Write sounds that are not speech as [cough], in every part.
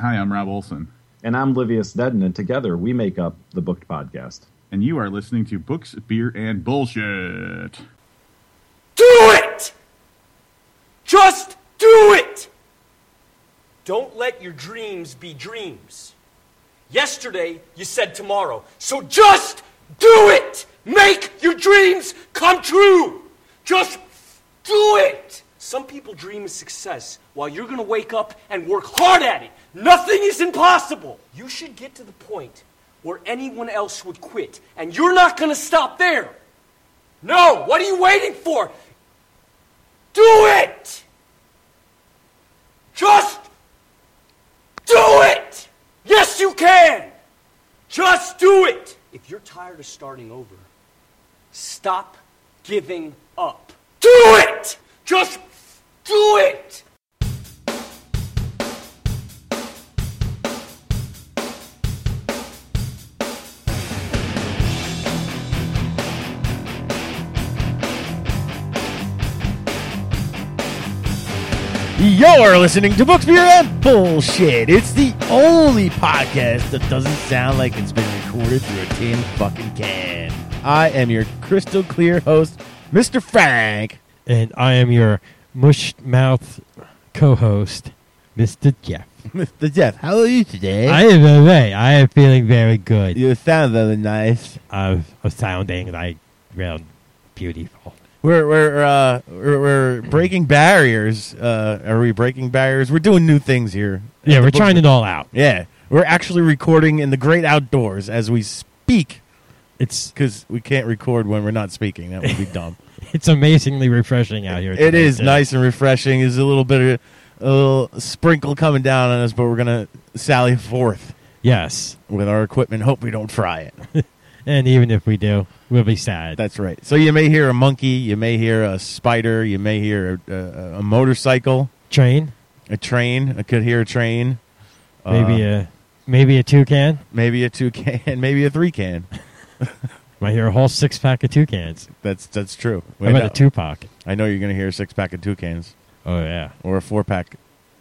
Hi, I'm Rob Olson. And I'm Livia Snedden, and together we make up the Booked Podcast. And you are listening to Books, Beer, and Bullshit. Do it! Just do it! Don't let your dreams be dreams. Yesterday, you said tomorrow. So just do it! Make your dreams come true! Just do it! Some people dream of success while you're gonna wake up and work hard at it. Nothing is impossible! You should get to the point where anyone else would quit, and you're not gonna stop there! No! What are you waiting for? Do it! Just do it! Yes, you can! Just do it! If you're tired of starting over, stop giving up. Do it! Just do it! You're listening to Books, Beer, and Bullshit. It's the only podcast that doesn't sound like it's been recorded through a tin fucking can. I am your crystal clear host, Mr. Frank. [laughs] and I am your mush mouth co-host, Mr. Jeff. Mr. Jeff, how are you today? I am all right. I am feeling very good. you sound very nice. I'm, I'm sounding like real beautiful. We're we're uh, we're, we're breaking barriers. Uh, are we breaking barriers? We're doing new things here. Yeah, we're Book- trying it all out. [laughs] Yeah, we're actually recording in the great outdoors as we speak It's because we can't record when we're not speaking. That [laughs] would be dumb. it's amazingly refreshing out here. uh, It today, is too. nice and refreshing. There's a little bit of a little sprinkle coming down on us, but we're gonna sally forth uh, Yes, with our equipment. Hope we don't fry [laughs] it. and even if we do, we'll be sad. That's right. So you may hear a monkey, you may hear a spider, you may hear a, a, a motorcycle, Train, a train. I could hear a train. Uh, maybe a maybe a toucan. Maybe a two can, [laughs] maybe a three can. Might hear a whole six pack of toucans. That's that's true. How about a know- Tupac? I know you're gonna hear a six pack of two cans Oh yeah. or a four pack,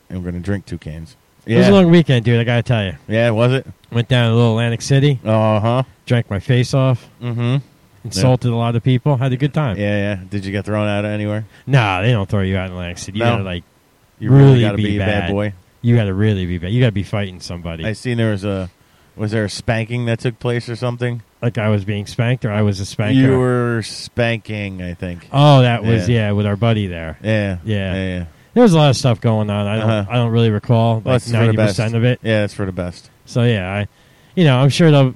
and we're gonna drink two cans. It was a Yeah, long weekend, dude. I gotta tell you. yeah, was it? Went down to Little Atlantic City, Uh huh. drank my face off. Mm hmm. insulted a lot of people, had a good time. Yeah, yeah. Did you get thrown out anywhere? Nah, they don't throw you out in Atlantic City. You No. gotta like, You really, Really got to be, be a bad bad. boy. you gotta really be bad. You gotta be fighting somebody. I seen there was a was there a spanking that took place or something? like I was being spanked, or I was a spanker. You were spanking, I think. oh, that was Yeah. yeah. with our buddy there. Yeah, Yeah. yeah. yeah. There was a lot of stuff going on. I don't, Uh-huh. I don't really Well, recall like that's for the ninety best. percent of it. Yeah, that's for the best. So yeah, I, you know, I'm sure they'll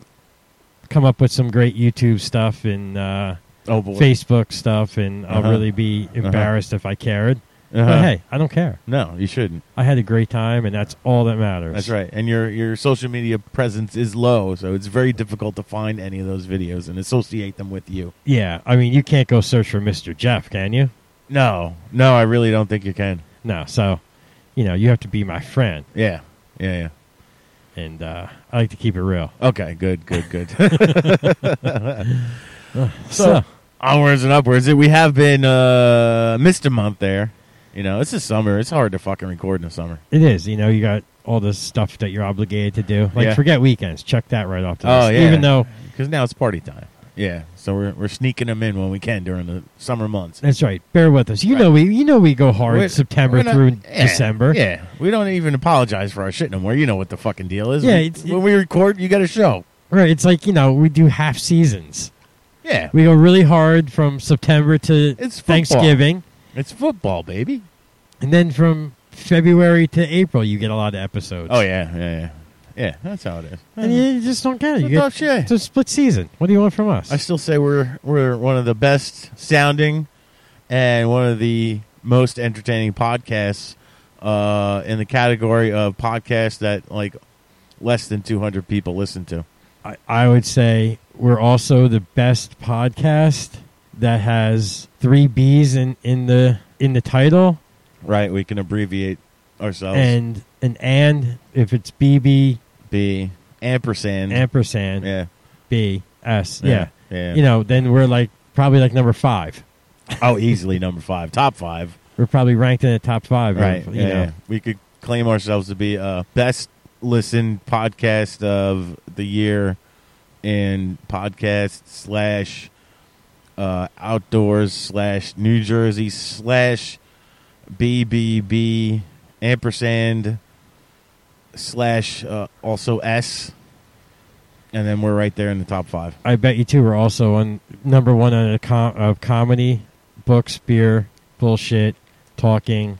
come up with some great YouTube stuff and uh, Oh boy. Facebook stuff, and Uh-huh. I'll really be embarrassed if I cared. Uh-huh. But hey, I don't care. No, you shouldn't. I had a great time, and that's all that matters. That's right. And your your social media presence is low, so it's very difficult to find any of those videos and associate them with you. Yeah, I mean, you can't go search for Mr. Jeff, can you? No, no, I really don't think you can. No, so you know you have to be my friend, Yeah, yeah, yeah. and uh, I like to keep it real. Okay, good, good, good. [laughs] So, onwards and upwards. We have been uh, missed a month there. You know, it's the summer. It's hard to fucking record in the summer. it is, you know, you got all this stuff that you're obligated to do. Like Yeah. forget weekends, check that right off. The Oh, list. yeah. even though because now it's party time. Yeah, so we're we're sneaking them in when we can during the summer months. that's right. Bear with us. You Right. know we, you know we go hard We're- September we're not- through yeah, December. Yeah, we don't even apologize for our shit no more. You know what the fucking deal is. Yeah, We- it's- when we record, you got a show. right. It's like you know we do half seasons. Yeah, We go really hard from September to It's football. Thanksgiving, it's football, baby. and then from February to April you get a lot of episodes. Oh yeah, yeah, yeah. Yeah, that's how it is. And you, you just don't get it. It's You a get, tough shit. It's a split season. What do you want from us? I still say we're we're one of the best sounding and one of the most entertaining podcasts uh, in the category of podcasts that like less than 200 people listen to. I, I would say we're also the best podcast that has three B's in, in the in the title Right, we can abbreviate ourselves. and an and if it's BB B ampersand. ampersand yeah. B S Yeah, yeah. yeah. you know then we're like probably like number five. Oh, easily number 5, top 5. We're probably ranked in the top five. Right. You yeah, know. yeah. We could claim ourselves to be uh best listened podcast of the year in podcast slash uh, outdoors slash New Jersey slash BBB ampersand slash uh, also S. And then we're right there in the top five. I bet you two were also on number one on a com- of comedy, books, beer, bullshit, talking,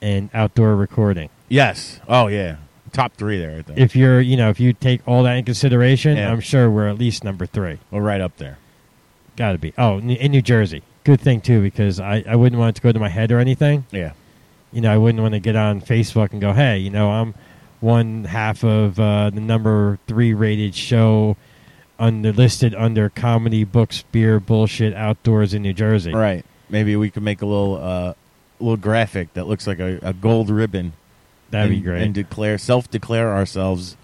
and outdoor recording. Yes. Oh, yeah. Top three there, I think. If you're, you know, if you take all that in consideration, Yeah. I'm sure we're at least number three. we're right up there. Got to be. Oh, in- in New Jersey. Good thing too, because I, I wouldn't want it to go to my head or anything. Yeah. You know, I wouldn't want to get on Facebook and go, hey, you know, I'm one half of uh, the number three rated show under listed under comedy, books, beer, bullshit, outdoors in New Jersey. Right. Maybe we could make a little uh, little graphic that looks like a, a gold ribbon. That'd be and- great. And declare self declare ourselves.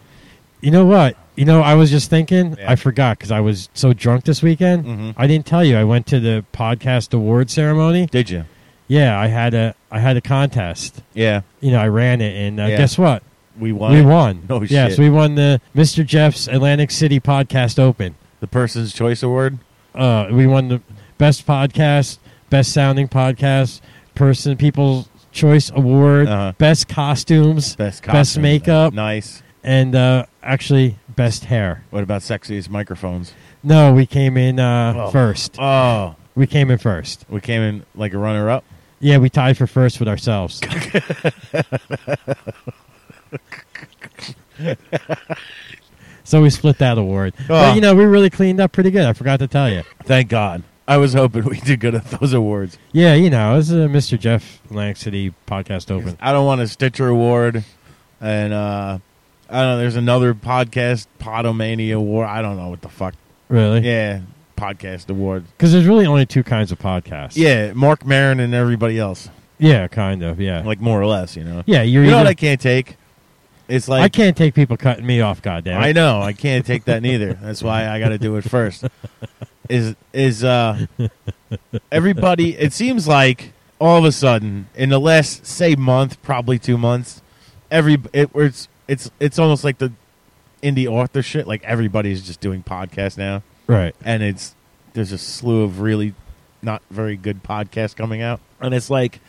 You know what? You know, I was just thinking. Yeah. I forgot because I was so drunk this weekend. Mhm. I didn't tell you. I went to the podcast award ceremony. Did you? Yeah, I had a I had a contest. Yeah. You know, I ran it, and uh, Yeah. guess what? We won. We won. Oh yes, shit. we won the Mr. Jeff's Atlantic City Podcast Open. the Person's Choice Award. Uh, we won the best podcast, best sounding podcast, person people's choice award, Uh-huh. best costumes, Best costume. best makeup, Nice. and uh, actually best hair. What about sexiest microphones? No, we came in uh, Oh. first. Oh, We came in first. we came in like a runner up. Yeah, we tied for first [laughs] with ourselves. so we split that award. Oh. But you know, we really cleaned up pretty good. I forgot to tell you. Thank God. I was hoping [laughs] we did good at those awards. Yeah, you know, this is a Mr. Jeff Atlantic City podcast open. I don't want a Stitcher Award, and uh, I don't know. There's another podcast, Podomania Award. I don't know what the fuck. Really? Yeah, podcast award. Because there's really only two kinds of podcasts. Yeah, Mark Maron and everybody else, Yeah, kind of. Yeah. like more or less. You know. yeah, you're You know what either- I can't take? It's like I can't take people cutting me off, goddamn. I know I can't take that neither. That's why I got to do it first. Is is uh everybody? It seems like all of a sudden in the last say month, probably two months, every it, it's it's it's almost like the indie author shit. Like everybody's just doing podcasts now, Right. and it's there's a slew of really not very good podcasts coming out, and it's like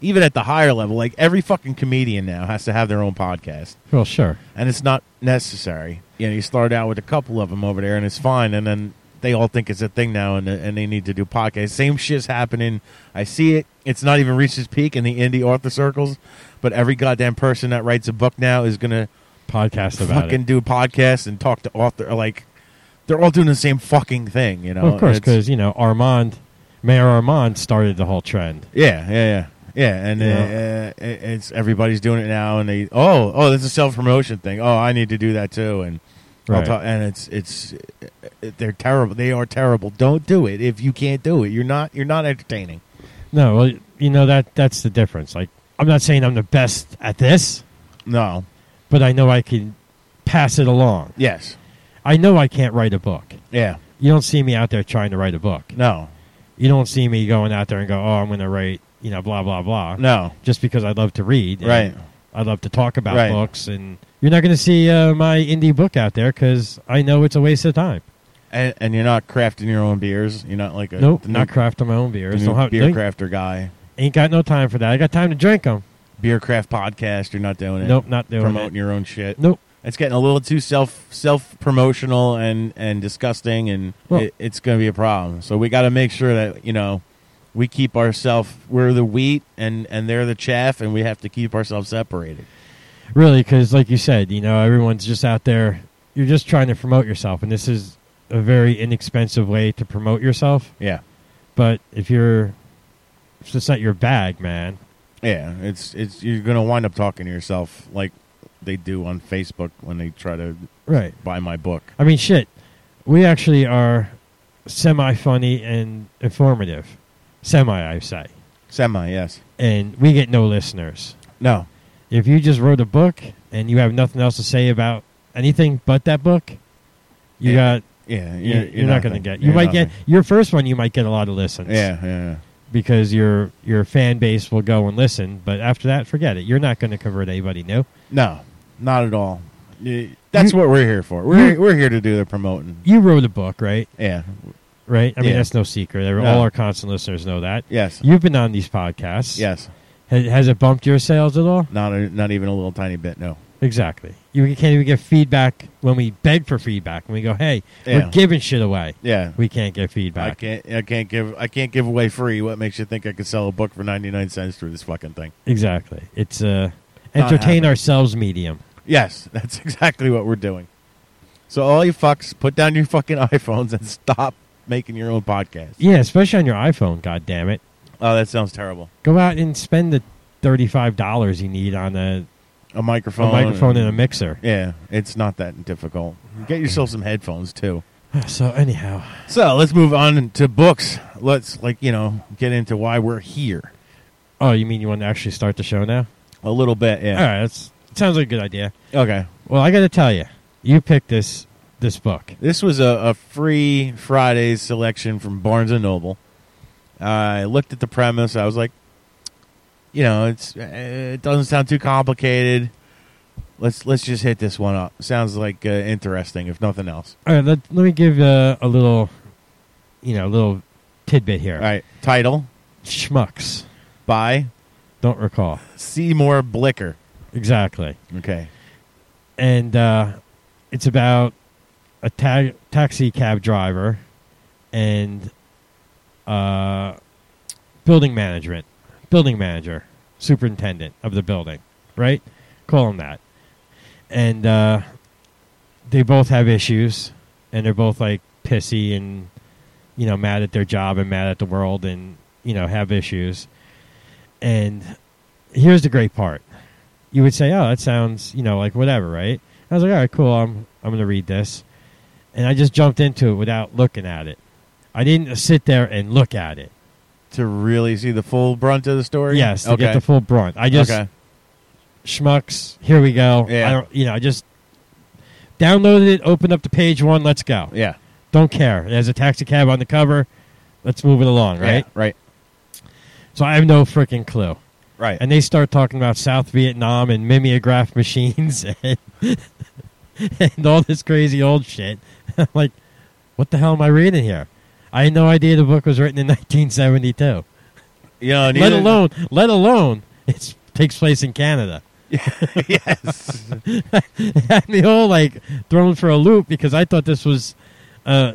even at the higher level, like every fucking comedian now has to have their own podcast Well, sure. and it's not necessary. You know, you start out with a couple of them over there, and it's fine, and then they all think it's a thing now, and and they need to do podcasts. Same shit's happening. I see it. It's not even reached its peak in the indie author circles, but every goddamn person that writes a book now is gonna Podcast about fucking it. do podcasts and talk to author. Like they're all doing the same fucking thing, you know. Well, of course, It's- because, you know, Armand, Mayor Armand started the whole trend. Yeah, yeah, yeah, yeah. And Yeah. Uh, uh, it's everybody's doing it now, and they oh oh that's a self promotion thing. Oh, I need to do that too, and I'll Right. ta- and it's it's uh, they're terrible. They are terrible. Don't do it if you can't do it. You're not you're not entertaining. No, well, you know that that's the difference. Like, I'm not saying I'm the best at this, No. but I know I can pass it along. Yes. I know I can't write a book. Yeah. You don't see me out there trying to write a book. No. You don't see me going out there and go, "Oh, I'm going to write," you know, blah blah blah. No. just because I love to read. and Right. I love to talk about Right. books, and you're not going to see uh, my indie book out there because I know it's a waste of time. And, and you're not crafting your own beers. You're not like a nope, the new- not crafting my own the beers. new Don't have, beer ain't, crafter guy. ain't got no time for that. I got time to drink them. Beer craft podcast. You're not doing it. Nope, not doing promoting it. your own shit. Nope. It's getting a little too self self promotional and and disgusting, and Well- it, it's going to be a problem. So we got to make sure that you know we keep ourselves we're the wheat and and they're the chaff, and we have to keep ourselves separated. Really, because like you said, you know, everyone's just out there. You're just trying to promote yourself, and this is a very inexpensive way to promote yourself. Yeah, But if you're, if it's not your bag, man. yeah. It's it's you're going to wind up talking to yourself like they do on Facebook when they try to Right. buy my book. I mean, shit. We actually are semi funny and informative. Semi, I say. Semi, yes. And we get no listeners. No, If you just wrote a book and you have nothing else to say about anything but that book, you Yeah. got. yeah. You're, you're, not going to get. You You're might get nothing. your first one. You might get a lot of listens. Yeah, yeah, yeah. because your your fan base will go and listen. But after that, forget it. You're not going to convert anybody new. No, not at all. Y- That's what we're here for. We're we're here to do the promoting. You wrote a book, right? Yeah. Right. I mean, Yeah. that's no secret. Every- No. All our constant listeners know that. Yes. You've been on these podcasts. Yes. Has, has it bumped your sales at all? Not a, not even a little tiny bit. No. Exactly. You can't even get feedback when we beg for feedback. When we go, hey, Yeah. we're giving shit away. Yeah. We can't get I feedback. can't. I can't give. I can't give away free. What makes you think I could sell a book for ninety nine cents through this fucking thing? Exactly. It's uh, Not entertain happening. ourselves medium. Yes, [laughs] that's exactly what we're doing. So all you fucks, put down your fucking [laughs] iPhones and stop making your own podcast. Yeah, especially on your iPhone. God damn it. Oh, that sounds terrible. Go out and spend the thirty-five dollars you need on a, A a microphone. microphone and a mixer. Oh, Yeah, it's not that difficult. Get yourself some headphones too. So anyhow, So let's move on to books. Let's like you know get into why we're here oh, you mean you want to actually start the show now? a little bit. All Yeah. right, that's sounds like a good idea. Okay. Well, I got to tell you, you picked this this book. This was a, a free Fridays selection from Barnes and Noble. I looked at the premise. I was like, you know, it's eh, it doesn't sound too complicated. Let's let's just hit this one up. Sounds like uh, interesting, if nothing else. All right, let, let me give uh, a little, you know, a little tidbit here. All right. Title Schmucks. by Don't recall Seymour Blicker. exactly. Okay. and uh, it's about a ta- taxi cab driver and uh, building management, building manager, superintendent of the building, right? Call him that. And uh, they both have issues, and they're both like pissy and you know mad at their job and mad at the world, and you know have issues. And here's the great part you would say, "Oh, that sounds, you know, like whatever, right?" I was like, "All right, cool. I'm I'm going to read this." And I just jumped into it without looking at it. I didn't sit there and look at it. To really see the full brunt of the story. Yes, to Okay. get the full brunt. I just okay. schmucks. Here we go. Yeah. I don't, you know, I just downloaded it, opened up to page one. Let's go. Yeah. Don't care. There's a taxi cab on the cover. Let's move it along, right? Yeah, right. So I have no freaking clue. Right. and they start talking about South Vietnam and mimeograph [laughs] machines and, and all this crazy old shit. [laughs] I'm like, what the hell am I reading here? I had no idea the book was written in [laughs] 1972. you know, let neither- alone, let alone, it takes place in Canada. [laughs] [laughs] yes. had me all like thrown for a loop because I thought this was, uh,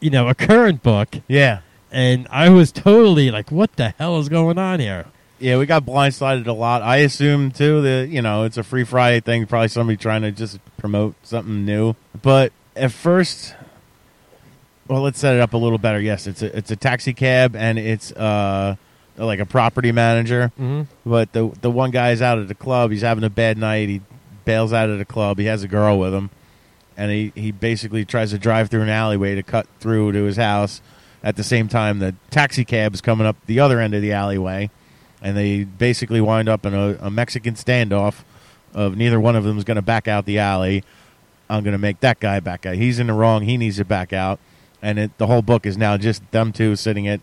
you know, a current book, [laughs] yeah. and I was totally like, what the hell is going on here? Yeah, we got blindsided a lot. I assume too that you know it's a free Friday thing. Probably somebody trying to just promote something new. But at first, well, let's set it up a little better. Yes, it's a it's a taxi cab and it's uh like a property manager. Mm-hmm. But the the one guy is out at the club. He's having a bad night. He bails out of the club. He has a girl with him, and he he basically tries to drive through an alleyway to cut through to his house. At the same time, the taxi cab is coming up the other end of the alleyway, and they basically wind up in a, a Mexican standoff. Of neither one of them is going to back out the alley. I'm going to make that guy back out. He's in the wrong. He needs to back out. And it, the whole book is now just them two sitting at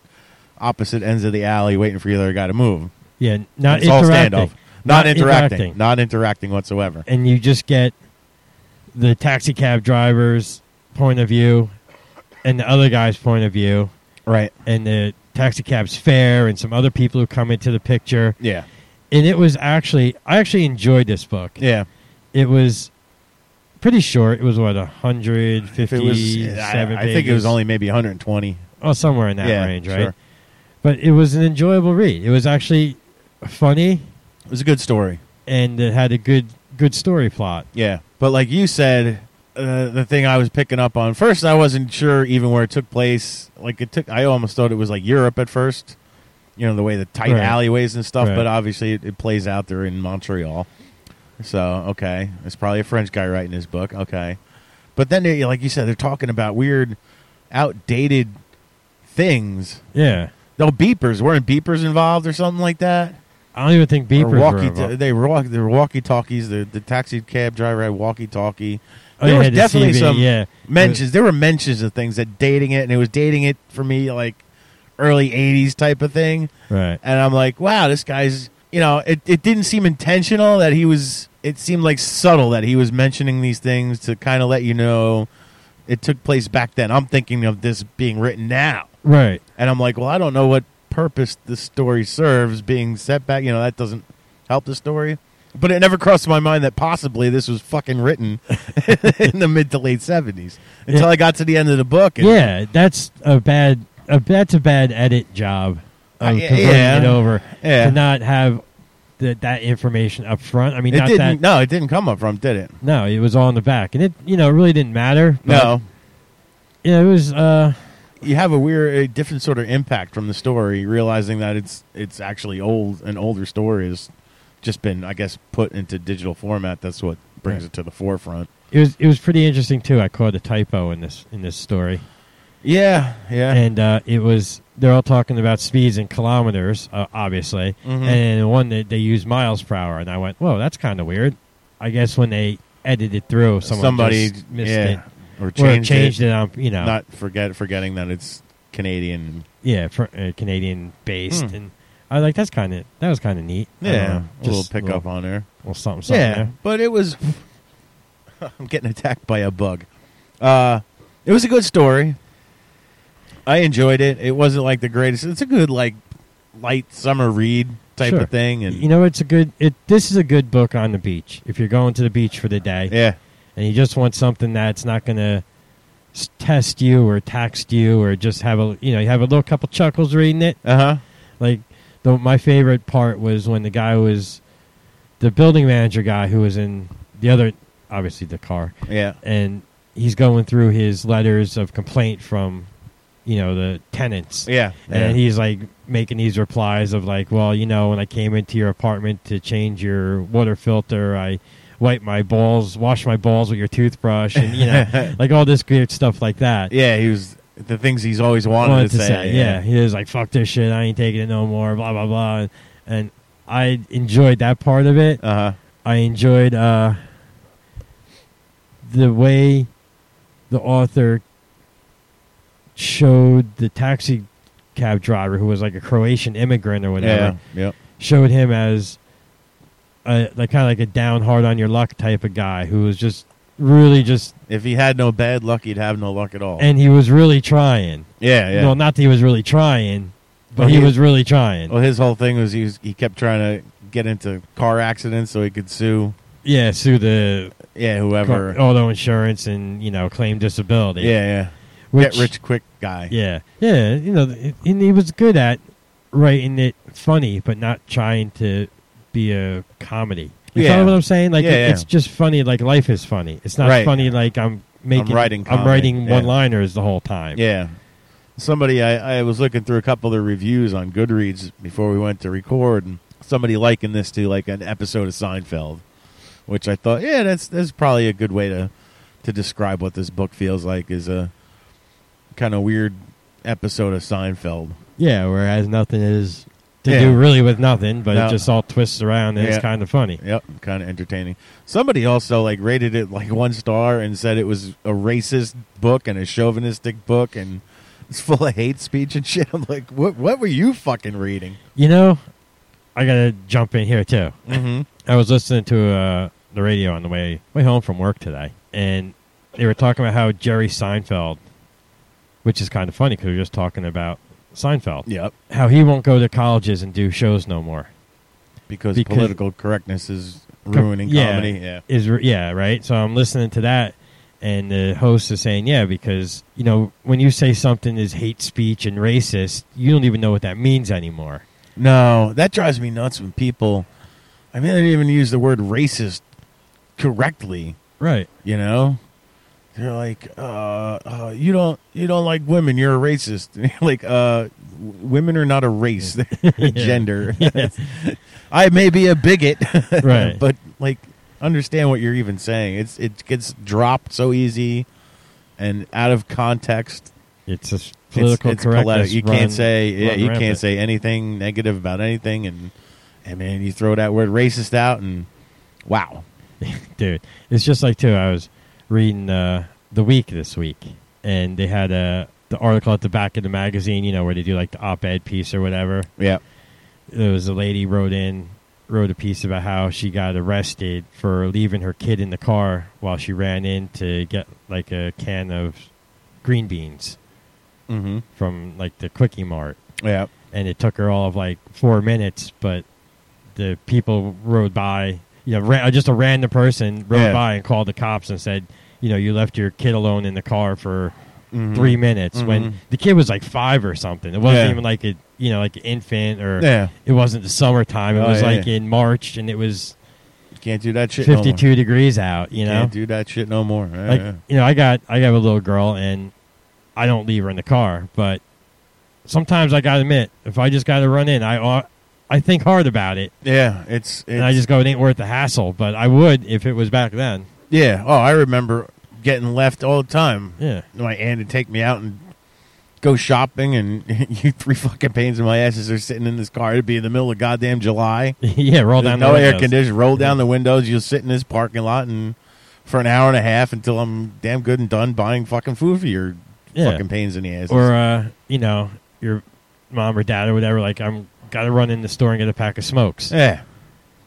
opposite ends of the alley, waiting for the other guy to move. Yeah, not It's all interacting. standoff. Not, interacting. Not interacting whatsoever. and you just get the taxi cab driver's point of view and the other guy's point of view Right. and the taxi cab's fare and some other people who come into the picture Yeah. and it was actually i actually enjoyed this book Yeah. it was pretty short it was If what it was, 157 I, I think it was pages? only maybe 120. oh somewhere in that Yeah, range right sure. but it was an enjoyable read it was actually funny It was a good story. and it had a good good story plot Yeah. But like you said, uh, the thing I was picking up on first, I wasn't sure even where it took place. Like it took, I almost thought it was like Europe at first. You know the way the tight Right. alleyways and stuff, Right. but obviously it, it plays out there in Montreal. So okay, it's probably a French guy writing his book. Okay, but then they, like you said, they're talking about weird, outdated things. yeah No beepers. Weren't beepers involved or something like that? i don't even think Or beepers were walkie involved. they were walkie they were walkie talkies. The the taxi cab driver had walkie talkie. Oh, there yeah, was the definitely CV, some yeah. mentions. There were mentions of things that dating it, and it was dating it for me like early '80s type of thing. Right. And I'm like, wow, this guy's. You know, it it didn't seem intentional that he was it seemed like subtle that he was mentioning these things to kind of let you know it took place back then. I'm thinking of this being written now. Right. And I'm like, well, I don't know what purpose this story serves being set back. You know, that doesn't help the story. But it never crossed my mind that possibly this was fucking written [laughs] in the mid to late 70s until I got to the end of the book. And Yeah, that's a bad. A, that's a bad edit job Uh, of yeah, converting yeah. it over Yeah. to not have the, that information up front. I mean, It not didn't, that. no, it didn't come up from, did it? No, it was all in the back, and it you know it really didn't matter. but, No. you know, it was. Uh, You have a weird, a different sort of impact from the story, realizing that it's it's actually old, an older story has just been, I guess, put into digital format. That's what brings Right. it to the forefront. it was. It was pretty interesting too. I caught a typo in this in this story, Yeah, yeah. and uh, it was they're all talking about speeds in kilometers, uh, obviously, Mhm. and one that they use miles per hour, and I went, "Whoa, that's kind of weird." I guess when they edited through, someone somebody just missed yeah, it. or Or changed, changed it. it. on, you know, Not forget forgetting that it's Canadian. yeah, for, uh, Canadian based, Hmm. and I was like that's kind of that was kind of neat. I don't Yeah, know, a little just pickup on there. little something, something. Yeah, but it was. [laughs] I'm getting attacked by a bug. Uh, it was a good story. I enjoyed it. It wasn't like the greatest. It's a good like light summer read type Sure. of thing, and you know, it's a good. It this is a good book on the beach. If you're going to the beach for the day, yeah, and you just want something that's not going to test you or tax you, or just have a you know you have a little couple chuckles reading it. uh huh, Like the, my favorite part was when the guy was the building manager guy who was in the other, obviously the car, yeah, and he's going through his letters of complaint from you know the tenants yeah, yeah. and he's like making these replies of like well you know when i came into your apartment to change your water filter i wiped my balls wash my balls with your toothbrush and you [laughs] know like all this weird stuff like that yeah. He was the things he's always wanted, wanted to say yeah. he was like fuck this shit i ain't taking it no more blah blah blah and, and i enjoyed that part of it uh huh, I enjoyed uh, the way the author showed the taxi cab driver, who was like a Croatian immigrant or yeah, whatever, yep, showed him as a, like kind of like a down hard on your luck type of guy who was just really just, If he had no bad luck, he'd have no luck at all. and he was really trying. yeah, yeah. Oh, Well, not that he was really trying, but Well, he he- was really trying. Well, his whole thing was he was, he kept trying to get into car accidents so he could sue. yeah, sue the Yeah, whoever. auto insurance and you know claim disability. yeah, yeah. which- get rich quick guy. Yeah, yeah. You know, th- and he was good at writing it funny, but not trying to be a comedy. You Yeah. know what I'm saying? Like, Yeah, it- yeah. it's just funny. Like life is funny. It's not Right. funny. Like I'm making. writing I'm comedy, writing yeah. one-liners the whole time. Yeah. Somebody I, I was looking through a couple of their reviews on Goodreads before we went to record, and somebody likened this to like an episode of Seinfeld, which I thought, yeah, that's that's probably a good way to to describe what this book feels like is a kind of weird episode of Seinfeld. Yeah. Whereas nothing is to Yeah. do really with nothing, but No. it just all twists around and Yeah. it's kind of funny. Yep, kind of entertaining. Somebody also like rated it like one star and said it was a racist book and a chauvinistic book and it's full of hate speech and [laughs] shit. I'm like, what? What were you fucking reading? You know, I gotta jump in here too. Mm-hmm. I was listening to uh, the radio on the way way home from work today, and they were talking about how Jerry Seinfeld, which is kind of funny because we are just talking about Seinfeld, Yep, how he won't go to colleges and do shows no more. because, Because- political correctness is ruining yeah, comedy. Yeah, Is re- yeah, right. So I'm listening to that, and the host is saying, yeah, because you know when you say something is hate speech and racist, you don't even know what that means anymore. no, that drives me nuts when people. I mean, they didn't even use the word racist correctly. Right. you know they're like uh, uh you don't you don't like women you're a racist [laughs] And you're like uh w- women are not a race [laughs] [laughs] they're a gender [laughs] i may be a bigot [laughs] Right. but like understand what you're even saying it's it gets dropped so easy and out of context It's just It's- political it's correctness. politi- you run- can't say yeah run you rampant. can't say anything negative about anything and and man you throw that word racist out and wow dude it's just like too i was reading uh, the week this week and they had uh, the article at the back of the magazine you know where they do like the op-ed piece or whatever yeah there was a lady wrote in wrote a piece about how she got arrested for leaving her kid in the car while she ran in to get like a can of green beans Mm-hmm. from like the quickie mart Yeah. and it took her all of like four minutes but the people rode by you know ra- uh, just a random person rode Yeah. by and called the cops and said you know you left your kid alone in the car for three minutes Mhm. when the kid was like five or something it wasn't Yeah. even like a you know like an infant or Yeah. it wasn't the summertime it Oh, was yeah, like yeah. in march and it was Can't do that shit. no more. 52 degrees out you know Can't do that shit no more. Yeah, like yeah. you know i got i got a little girl and i don't leave her in the car but sometimes i gotta admit if i just gotta run in i ought- i think hard about it Yeah, it's, it's and i just go it ain't worth the hassle but i would if it was back then [laughs] yeah. Oh, I remember getting left all the time. yeah my aunt would take me out and go shopping, and [laughs] you three fucking pains in my asses are sitting in this car. It'd be in the middle of goddamn July. yeah roll down no the air windows. conditioning. Roll down the windows. You'll sit in this parking lot and for an hour and a half until I'm damn good and done buying fucking food for your Yeah. fucking pains in the asses. or uh you know your mom or dad or whatever like i'm gotta run in the store and get a pack of smokes yeah,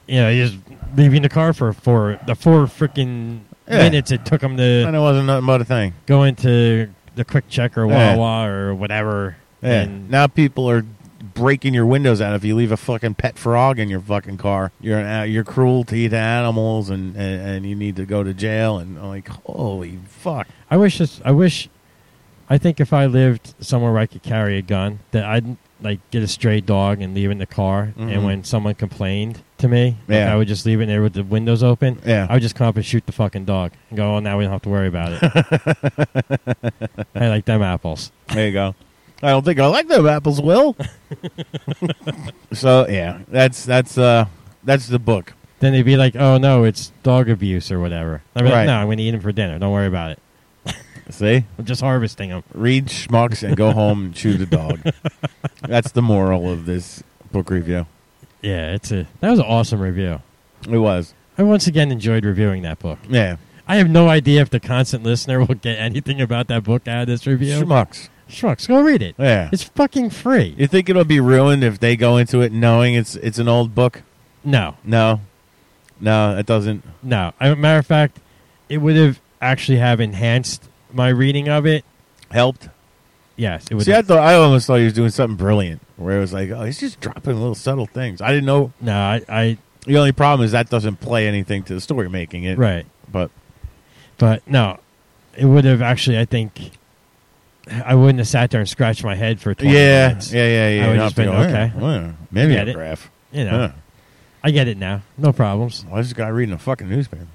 you know you just leaving the car for four the four freaking Yeah. minutes it took them to and it wasn't nothing but a thing. going to the quick check or Yeah. Wawa or whatever. Yeah. And now people are breaking your windows out if you leave a fucking pet frog in your fucking car. You're an, a- you're cruelty to animals, and, and and you need to go to jail. And I'm like, holy fuck. I wish this. I wish. I think if I lived somewhere where I could carry a gun, that I'd like get a stray dog and leave it in the car. Mhm. And when someone complained to me, like, Yeah. I would just leave it in there with the windows open. Yeah. I would just come up and shoot the fucking dog and go. Oh, now we don't have to worry about it. [laughs] I like them apples. There you go. I don't think I like them apples, Will. [laughs] so yeah, that's that's uh that's the book. Then they'd be like, "Oh no, it's dog abuse or whatever." I'd be Right. like, "No, I'm going to eat them for dinner. Don't worry about it. See, I'm just harvesting them." read schmucks and go home and chew the [laughs] dog. that's the moral of this book review. Yeah, it's a that was an awesome review. It was I once again enjoyed reviewing that book. yeah I have no idea if the constant listener will get anything about that book out of this review. schmucks. Shrucks, go read it. Yeah, It's fucking free. you think it'll be ruined if they go into it knowing it's it's an old book? no, No, no, it doesn't. no. As a matter of fact, it would have actually have enhanced my reading of it. Helped. Yes, it would. See, I have, thought I almost thought he was doing something brilliant, where it was like, oh, he's just dropping little subtle things. I didn't know no, I, I The only problem is that doesn't play anything to the story making it. right, But but no, it would have actually. I think I wouldn't have sat there and scratched my head for twenty yeah, minutes. yeah, yeah, yeah. I would Not just been, people, okay. yeah, yeah, maybe Get a it. graph. you know, Huh. I get it now. No problems. [laughs] Why is this guy reading a fucking newspaper?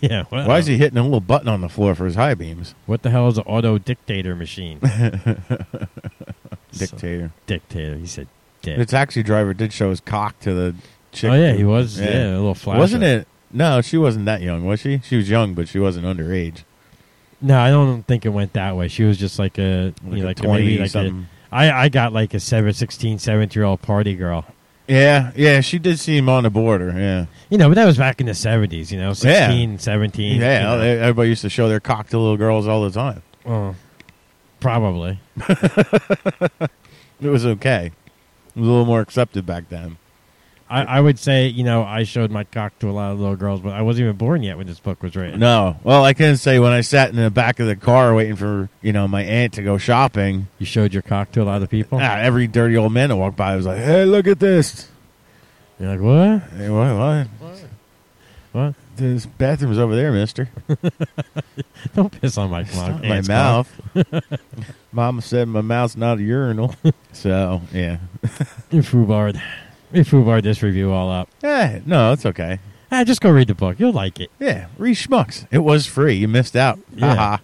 yeah. well, Why is he hitting a little button on the floor for his high beams? What the hell is an auto dictator machine? [laughs] So- Dictator. dictator. He said dick. The taxi driver did show his cock to the chick. oh yeah, he was. Yeah, a little flash. Wasn't it? No, she wasn't that young, was she? She was young, but she wasn't underage. No, I don't think it went that way. She was just like a Like you know, a like a 20 maybe like something. A, I I got like a 7, 16, 17 year old party girl. Yeah, yeah, she did seem on the border. Yeah, You know, but that was back in the seventies. You know, 16, 17. you yeah. know. Everybody used to show their cock to little girls all the time. Well, probably. It was okay. It was a little more accepted back then. I, I would say you know I showed my cock to a lot of little girls, but I wasn't even born yet when this book was written. No. Well, I couldn't say when I sat in the back of the car waiting for, you know, my aunt to go shopping. You showed your cock to a lot of people. ah, every dirty old man that walked by was like, hey, look at this. You're like what? [laughs] Hey, what, what? What? This bathroom's over there, mister. Don't piss on my It's mouth. not my mouth. [laughs] Mama said my mouth's not a urinal. [laughs] so, yeah. You foobarred. You foobarred this review all up. [laughs] Eh, no, it's okay. Ah, just go read the book. You'll like it. Yeah, read schmucks. It was free. You missed out. Yeah. Ha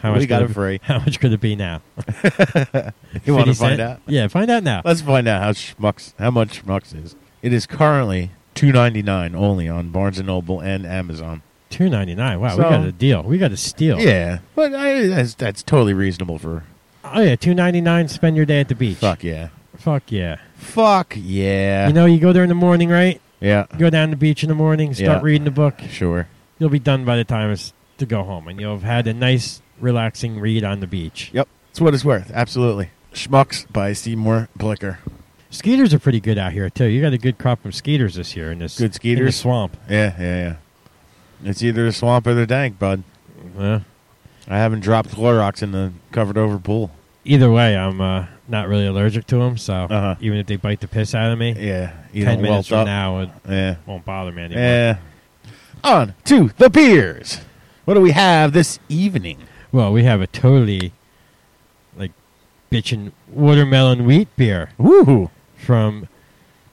How We got could it free. How much could it be now? ha. [laughs] You want to 50 find cent? out? Yeah, find out now. Let's find out how schmucks how much schmucks is. It is currently two ninety nine only on Barnes and Noble and Amazon. Two ninety nine. Wow, we So- got a deal. We got a steal. Yeah, but I, that's that's totally reasonable for Oh yeah, two ninety nine. Spend your day at the beach. fuck yeah, Fuck yeah. fuck yeah. You know, you go there in the morning, right? yeah, You go down to the beach in the morning. Start Yeah. reading the book. sure. You'll be done by the time it's to go home, and you'll have had a nice, relaxing read on the beach. Yep, it's what it's worth. Absolutely. Schmucks by Seymour Blicker. Skeeters are pretty good out here too. You got a good crop of skeeters this year in this Good in the skeeters? swamp. Yeah, yeah, yeah. It's either the swamp or the dank, bud. Yeah. I haven't dropped Clorox in the covered over pool. Either way, I'm uh, not really allergic to them, so Uh-huh. even if they bite the piss out of me, Yeah, you ten don't minutes from welt up. now it Yeah, won't bother me anymore. yeah. On to the beers. What do we have this evening? Well, we have a totally like bitchin' watermelon wheat beer Woo! from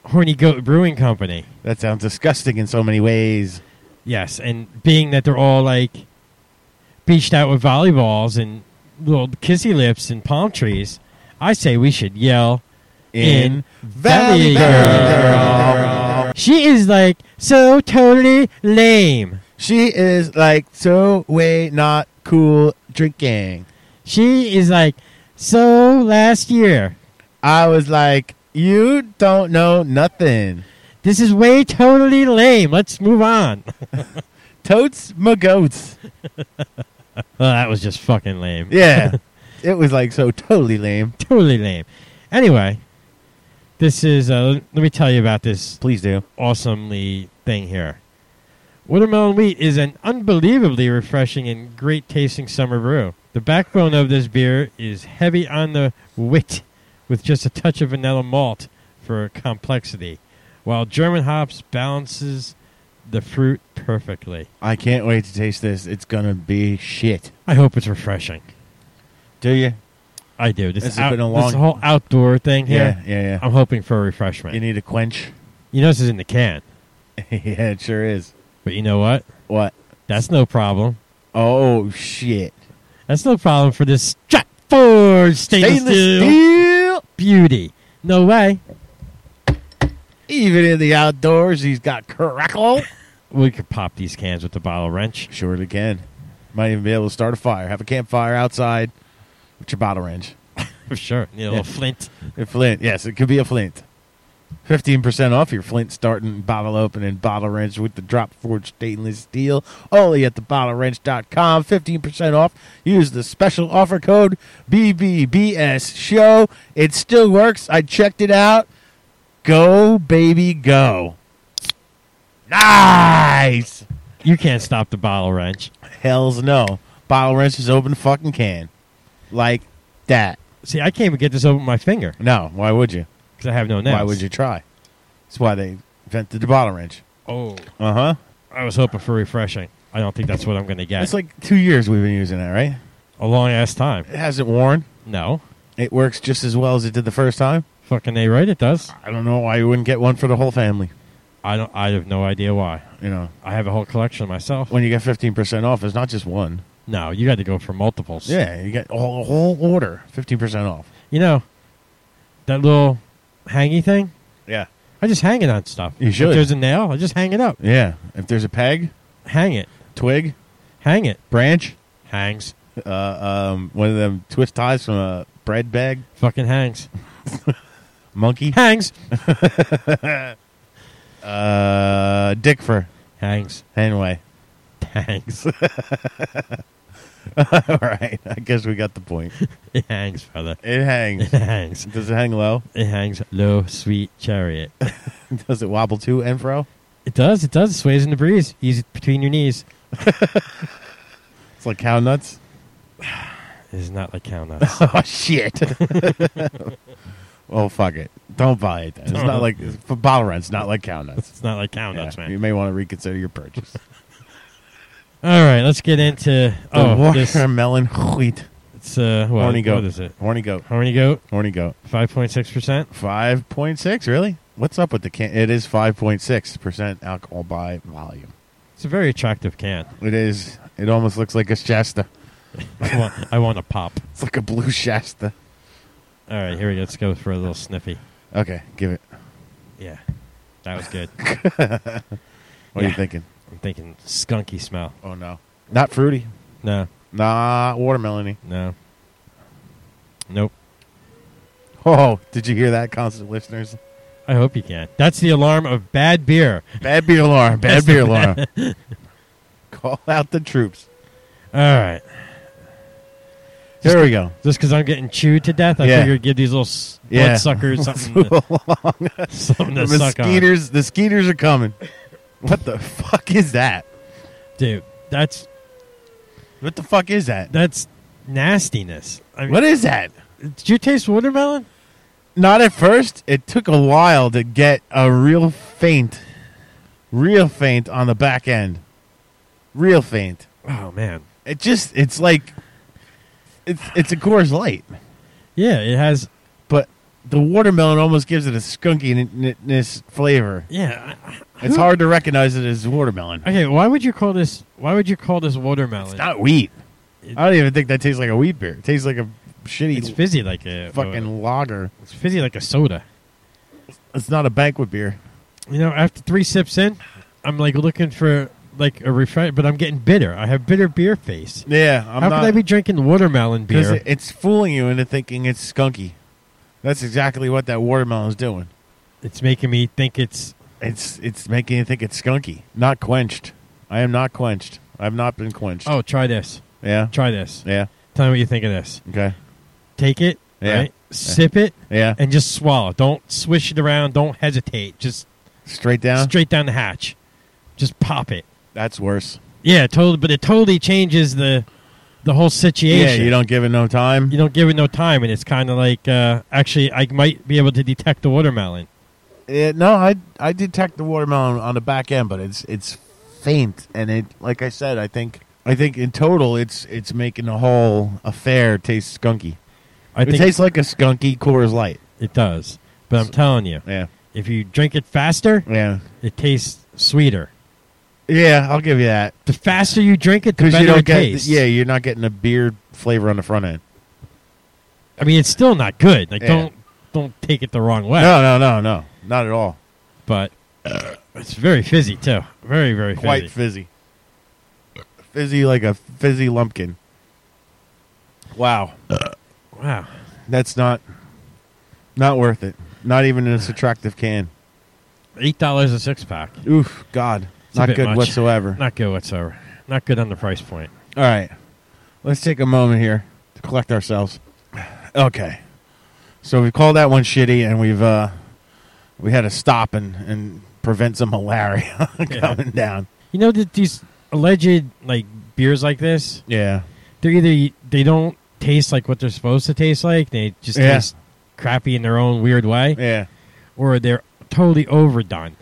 Horny Goat Brewing Company. That sounds disgusting in so many ways. Yes, and being that they're all like beached out with volleyballs and little kissy lips and palm trees, I say we should yell in, Valley, Girl. She is like so totally lame. She is like so way not cool drinking. She is like so last year. I was like, you don't know nothing. This is way totally lame. Let's move on. [laughs] Totes my goats. Well, that was just fucking lame. Yeah. it was like so totally lame. Totally lame. Anyway, this is, uh, let me tell you about this Please do. awesomely thing here. Watermelon wheat is an unbelievably refreshing and great tasting summer brew. The backbone of this beer is heavy on the wit with just a touch of vanilla malt for complexity, while German hops balances the fruit perfectly. I can't wait to taste this. It's gonna be shit. I hope it's refreshing. Do you? I do. This, This is has out, been a long- this whole outdoor thing Yeah, here. yeah, yeah. I'm hoping for a refreshment. You need a quench. [laughs] you know this is in the can, yeah, it sure is. but you know what? What? That's no problem. Oh shit! That's no problem for this Stratford stainless, steel, steel. beauty. No way. Even in the outdoors, he's got crackle. We could pop these cans with the bottle [laughs] wrench. Surely can. Might even be able to start a fire. Have a campfire outside with your bottle wrench. For sure. Need a Yeah. little flint. A flint. Yes, it could be a flint. Fifteen percent off your flint starting bottle opening bottle wrench with the drop forged stainless steel. Only at thebottlewrench.com. Fifteen percent off. Use the special offer code BBBS show. It still works. I checked it out. Go baby go. Nice. You can't stop the bottle wrench. Hell's no. Bottle wrench is open fucking can. Like that. See, I can't even get this over my finger No, why would you? because I have no nails. Why would you try? That's why they invented the bottle wrench. Oh, Uh huh. I was hoping for refreshing. I don't think that's what I'm going to get. It's like two years we've been using that, right? a long ass time. It hasn't worn. No. It works just as well as it did the first time. Fucking A right, it does. I don't know why you wouldn't get one for the whole family. I don't. I have no idea why. You know, I have a whole collection myself. when you get fifteen percent off, it's not just one. No, you got to go for multiples. Yeah, you get all, a whole order fifteen percent off. You know, that little hangy thing. Yeah, I just hang it on stuff. You should. If there's a nail, I just hang it up. yeah. If there's a peg, Hang it. twig, Hang it. branch, Hangs. uh, um, one of them twist ties from a bread bag, Fucking hangs. monkey, Hangs. uh, dick for Hangs. anyway. [laughs] Hangs. all right, I guess we got the point. It hangs, brother. It hangs. It hangs. Does it hang low? [laughs] It hangs low, sweet chariot. Does it wobble to and fro? It does. It does. It sways in the breeze. Ease it between your knees. It's like cow nuts. [laughs] It is not like cow nuts. Oh shit! [laughs] oh fuck it! Don't buy it. Then. It's [laughs] not like for bottle rent's not like cow nuts. it's not like cow nuts, Yeah, man. You may want to reconsider your purchase. All right, let's get into. The [laughs] Oh, this, watermelon wheat. it's uh, what, Horny goat. what is it? Horny goat. Horny goat, Horny goat. five point six percent. Five point six. Really? What's up with the can? It is five point six percent alcohol by volume. It's a very attractive can. It is. It almost looks like a Shasta. I want, I want a pop. It's like a blue Shasta. All right, here we go. Let's go for a little sniffy. Okay, give it. Yeah, that was [laughs] good. What are you Yeah. thinking? I'm thinking skunky smell. Oh no, not fruity. No, Nah, watermelony. [laughs] no, nope. Oh, did you hear that, constant listeners? I hope you can. That's the alarm of bad beer. Bad beer alarm. Bad [laughs] beer alarm. Call out the troops. All right. There we go. Just because I'm getting chewed to death, I Yeah. figured give these little s- Yeah. [laughs] bloodsuckers something, to, something The to Mm. suck on. mosquitoes, the skeeters are coming. What the fuck is that? Dude, that's What the fuck is that? that's nastiness. I mean, What is that? Did you taste watermelon? Not at first. It took a while to get a real faint, real faint on the back end. Real faint. Oh man, It just, it's like, it's it's a Coors Light, yeah, it has. but the watermelon almost gives it a skunkiness flavor. Yeah, I- It's hard to recognize it as watermelon. okay. Why would you call this? Why would you call this watermelon? It's not wheat. I don't even think that tastes like a wheat beer. It tastes like a shitty It's fizzy like a fucking lager. It's fizzy like a soda. It's not a banquet beer. You know, after three sips in, I'm like looking for like a refresh, but I'm getting bitter. I have bitter beer face. Yeah, I'm How not. could I be drinking watermelon 'cause beer? it- it's fooling you into thinking it's skunky. That's exactly what that watermelon's doing. it's making me think it's It's it's making you think it's skunky. Not quenched. I am not quenched. I've not been quenched. oh, try this, yeah, try this. yeah. Tell me what you think of this. Okay. Take it, Yeah. right? Sip it, Yeah. and just swallow. Don't swish it around. Don't hesitate. Just Straight down. straight down the hatch. Just pop it. That's worse. Yeah, totally. But it totally changes the the whole situation. Yeah, you don't give it no time. you don't give it no time, and it's kind of like uh, actually I might be able to detect the watermelon. Yeah, no, I I detect the watermelon on the back end, but it's it's faint, and it like I said, I think I think in total, it's it's making the whole affair taste skunky. I it think tastes like a skunky Coors Light. it does, but I'm telling you, Yeah, if you drink it faster, yeah, it tastes sweeter. yeah. I'll give you that The faster you drink it, the because better you don't it get tastes. yeah, you're not getting a beer flavor on the front end. I mean it's still not good. Like Yeah. don't don't take it the wrong way. No, no, no, no, not at all. But it's very fizzy too. Very very fizzy. Quite fizzy, fizzy like a fizzy lumpkin. Wow, wow. that's not not worth it. Not even in this attractive can. Eight dollars a six pack. Oof, God. It's a Not bit good much. whatsoever. Not good whatsoever. Not good on the price point. All right. Let's take a moment here to collect ourselves. Okay. So we've called that one shitty and we've uh we had to stop and, and prevent some malaria [laughs] coming down. You know that these alleged like beers like this, Yeah. they're either they don't taste like what they're supposed to taste like. They just Yeah. taste crappy in their own weird way, Yeah. or they're totally overdone.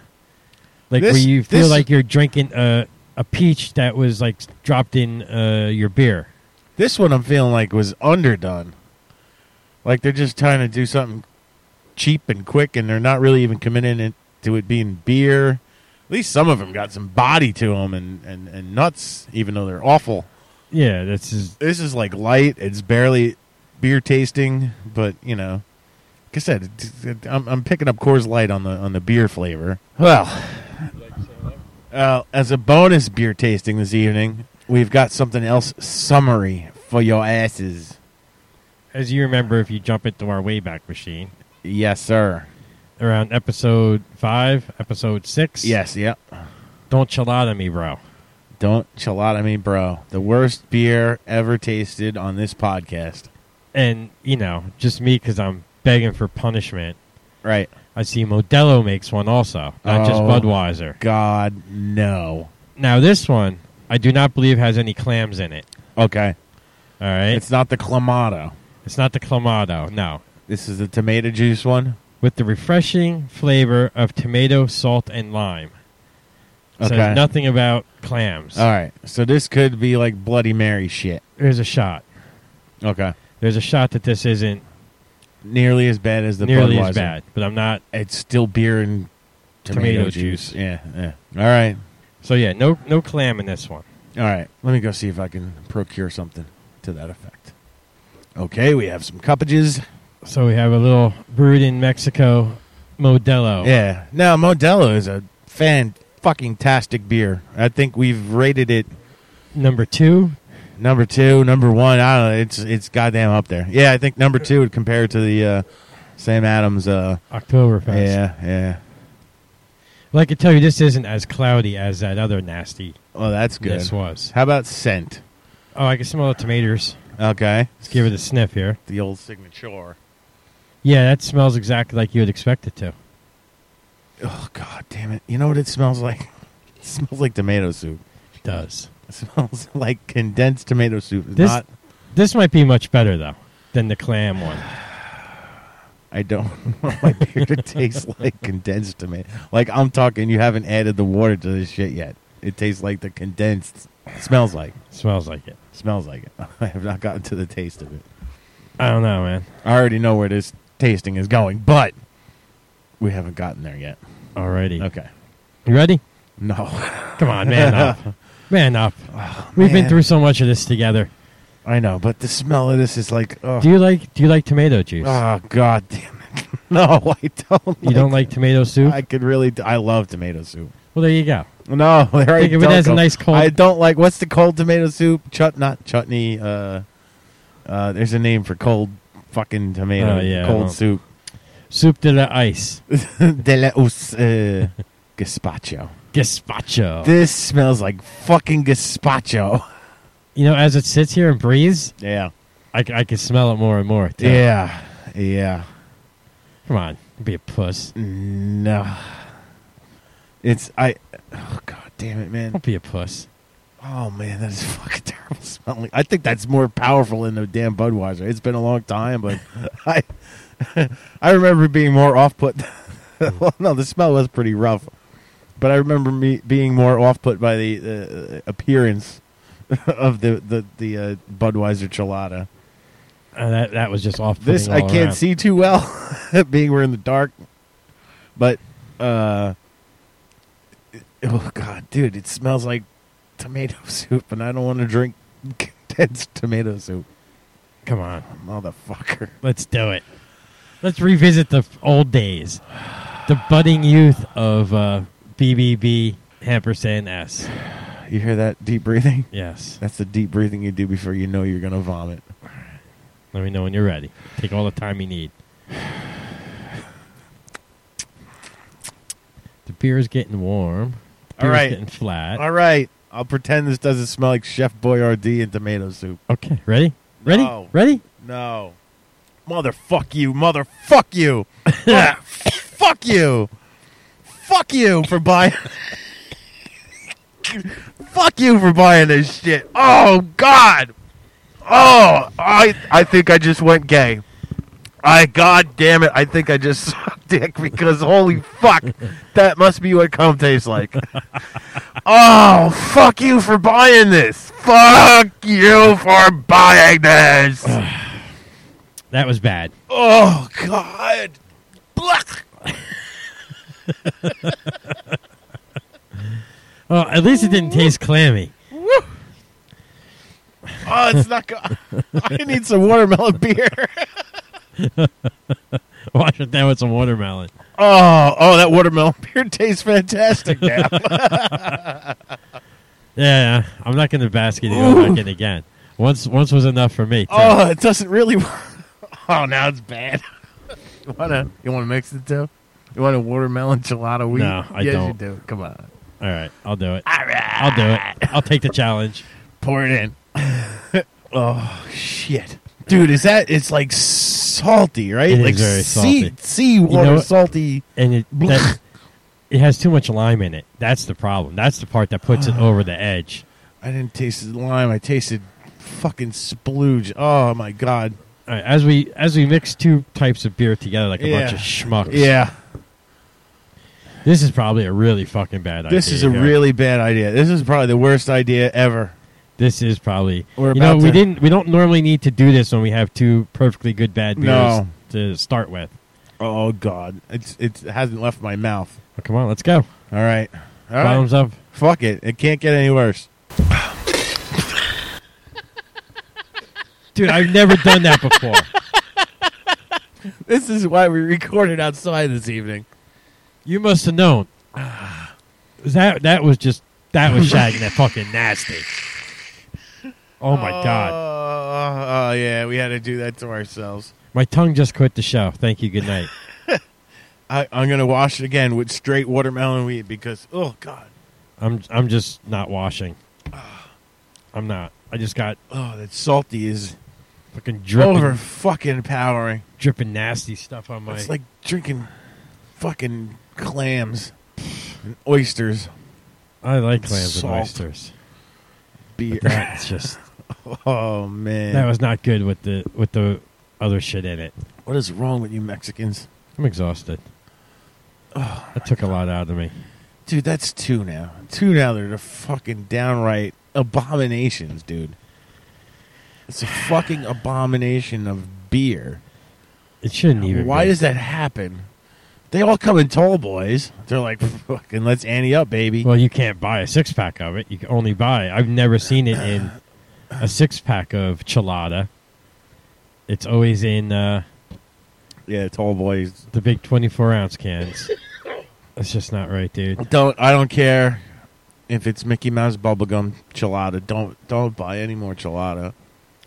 Like This- where you feel this- like you're drinking a a peach that was like dropped in uh, your beer. This one I'm feeling like was underdone. Like they're just trying to do something cheap and quick and they're not really even committing it to it being beer. At least some of them got some body to them and, and, and nuts, even though they're awful. Yeah, this is this is like light. It's barely beer tasting, but you know, like I said, it's- it- I'm, I'm picking up Coors Light on the on the beer flavor. Well, uh, as a bonus beer tasting this evening, we've got something else summery for your asses. as you remember if you jump into our Wayback Machine Yes, sir. around episode five, episode six. Yes, yep. don't chill out on me, bro. Don't chill out at me, bro. The worst beer ever tasted on this podcast. and you know, just me because I'm begging for punishment. Right. I see Modelo makes one also, not just Oh. Budweiser. God, no. Now this one, I do not believe has any clams in it. Okay. All right, it's, It's not the Clamato. not the clamato. No, This is the tomato juice one. with the refreshing flavor of tomato, salt, and lime. Okay. Uh, Says nothing about clams. All right. So this could be like Bloody Mary shit. There's a shot. Okay. There's a shot that this isn't Nearly as bad as the nearly Budweiser. as bad, but I'm not. It's still beer and tomato, Tomato juice. juice. Yeah. Yeah. All right. So yeah, no, no clam in this one. All right. Let me go see if I can procure something to that effect. Okay. We have some cuppages. So we have a little brewed in Mexico, Modelo. Yeah. Now Modelo is a fan fucking tastic beer. I think we've rated it number two. number two, number one. I don't know. It's it's goddamn up there. Yeah. I think number two would compare to the uh, Sam Adams. Uh, Oktoberfest. yeah. Yeah. Well, I can tell you this isn't as cloudy as that other nasty Oh, that's good. this was. How about scent? Oh, I can smell the tomatoes. Okay. Let's give it a sniff here. The old signature. Yeah, that smells exactly like you would expect it to. Oh god damn it. You know what it smells like? [laughs] It smells like tomato soup. It does. It [laughs] smells like condensed tomato soup. It's This Not this might be much better though than the clam one. I don't [laughs] want my beer to taste like condensed tomato. Like I'm talking you haven't added the water to this shit yet. It tastes like the condensed smells like. smells like it. Smells like it. [laughs] I have not gotten to the taste of it. I don't know, man. I already know where this tasting is going, but we haven't gotten there yet. Alrighty. Okay. You ready? No. Come on, man [laughs] up. Man up. We've been Oh, man. through so much of this together. I know, but the smell of this is like oh, Do you like do you like tomato juice? oh god damn it. [laughs] No, I don't. you don't like tomato soup? I could really I love tomato soup. well there you go. No, [laughs] there I Think of it don't as a go. nice cold- I don't like what's the cold tomato soup? Chut not chutney uh uh there's a name for cold fucking tomato Oh, yeah, I cold don't- soup. [laughs] Soup de la ice. De la us [laughs] uh, gazpacho. Gazpacho. This smells like fucking gazpacho. you know, as it sits here and breathes, Yeah. I, c- I can smell it more and more. too. Yeah. Yeah. Come on. Don't Be a puss. No. It's I oh god damn it, man. [laughs] Don't be a puss. Oh man, that is fucking terrible smelling. I think that's more powerful than the damn Budweiser. It's been a long time, but I [laughs] I remember being more off put. [laughs] well, no, the smell was pretty rough, but I remember me being more off put by the uh, appearance [laughs] of the the the uh, Budweiser Chelada. Uh, that that was just off. This I can't see too well, [laughs] being we're in the dark. But uh, oh god, dude, it smells like tomato [laughs] soup, and I don't want to drink [laughs] condensed tomato soup, Come on, motherfucker. let's do it. Let's revisit the f- old days, the budding youth of uh, BBB ampersand S. You hear that deep breathing? Yes. That's the deep breathing you do before you know you're gonna vomit. Let me know when you're ready. Take all the time you need. The beer is getting warm. The All beer is right. getting flat. All right, I'll pretend this doesn't smell like Chef Boyardee and tomato soup. Okay, ready? Ready? No. Ready? No, motherfuck you, motherfuck you, Mother- fuck you, fuck you for buying. [laughs] fuck you for buying this shit. Oh God. Oh, I I think I just went gay. I god damn it! I think I just [laughs] sucked dick because holy fuck, that must be what cum tastes like. oh fuck you for buying this. Fuck you for buying this. That was bad. Oh God! Blech. Oh, at least it didn't taste clammy. [laughs] Oh, it's not good. [laughs] I need some watermelon beer. [laughs] Wash it down with some watermelon. Oh, oh, that watermelon [laughs] beer tastes fantastic now. [laughs] Yeah, I'm not going to basket you back in again. Once, once was enough for me. too. oh, it doesn't really. [laughs] Oh, now it's bad. [laughs] you wanna you wanna mix it too? You want a watermelon gelato wheat? No, I yes, you don't. do. Come on, All right, I'll do it. I'll do it. I'll take the challenge. pour it in. [laughs] oh shit, dude! Is that? It's like salty, right? It is like very sea salty. sea water know what? salty. And it that, [laughs] it has too much lime in it. That's the problem. That's the part that puts it over the edge. I didn't taste the lime. I tasted fucking splooge. Oh my god. All right, as we as we mix two types of beer together like a bunch Yeah. of schmucks. Yeah. this is probably a really fucking bad idea. This is a here. really bad idea. This is probably the worst idea ever. This is probably. We're you know, about we to- didn't. We don't normally need to do this when we have two perfectly good bad beers No. to start with. Oh god. It's it's it hasn't left my mouth. Well, come on, let's go. All right. All right. Bottoms up. Fuck it. It can't get any worse. Dude, I've never done that [laughs] before. This is why we recorded outside this evening. You must have known. [sighs] That that was just [laughs] that was shagging that fucking nasty. Oh my god, Oh, oh yeah, we had to do that to ourselves. my tongue just quit the show. Thank you. Good [sighs] night. I, I'm gonna wash it again with straight watermelon weed because oh god. I'm I'm just not washing. [sighs] I'm not. I just got Oh that salty is Fucking dripping, Over fucking powering. dripping nasty stuff on my. It's like drinking fucking clams and oysters. I like clams salt. and [laughs] oysters. Beer. That's just [laughs] Oh man. that was not good with the with the other shit in it. what is wrong with you Mexicans? I'm exhausted. Oh that took a lot out of me. Dude, that's two now. Two now they're the fucking downright abominations, dude. It's a fucking abomination of beer. It shouldn't even. Why be. does that happen? They all come in tall boys. They're like, [laughs] fucking let's ante up, baby. Well, you can't buy a six pack of it. You can only buy. I've never seen it in a six pack of chelada. It's always in uh, yeah, tall boys. the big twenty-four ounce cans. That's just not right, dude. Don't I don't care if it's Mickey Mouse bubblegum chilada. Don't don't buy any more chilada.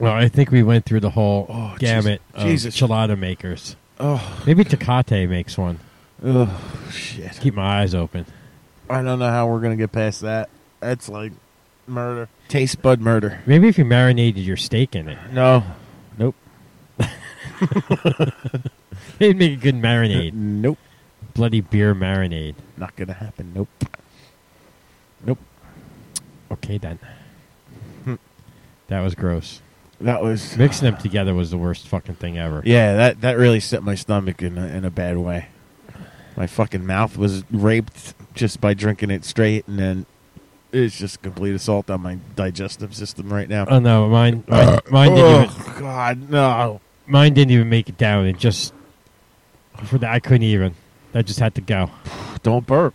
Well, I think we went through the whole Oh, gamut Jesus- of Jesus. chelada makers. Oh, Maybe Tecate makes one. oh shit. Keep my eyes open. I don't know how we're gonna get past that. That's like murder. Taste bud murder. Maybe if you marinated your steak in it, [laughs] No. Nope. it'd make a good marinade. Uh, Nope. Bloody beer marinade. Not gonna happen. Nope. Nope. Okay then. Hmm. that was gross. That was Mixing them together was the worst fucking thing ever. Yeah, that that really set my stomach in a, in a bad way. My fucking mouth was raped just by drinking it straight, and then it's just complete assault on my digestive system right now. Oh no, mine mine, mine didn't even, Uh, oh God, no! mine didn't even make it down. It just for that I couldn't even. That just had to go. Don't burp.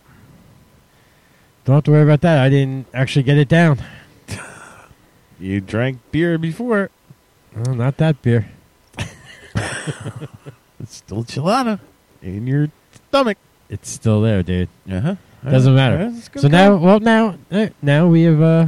Don't have to worry about that. I didn't actually get it down. You drank beer before. Well, not that beer. It's still chilada in your stomach. It's still there, dude. Uh huh. Doesn't matter. So now, well, now, eh, now we have uh,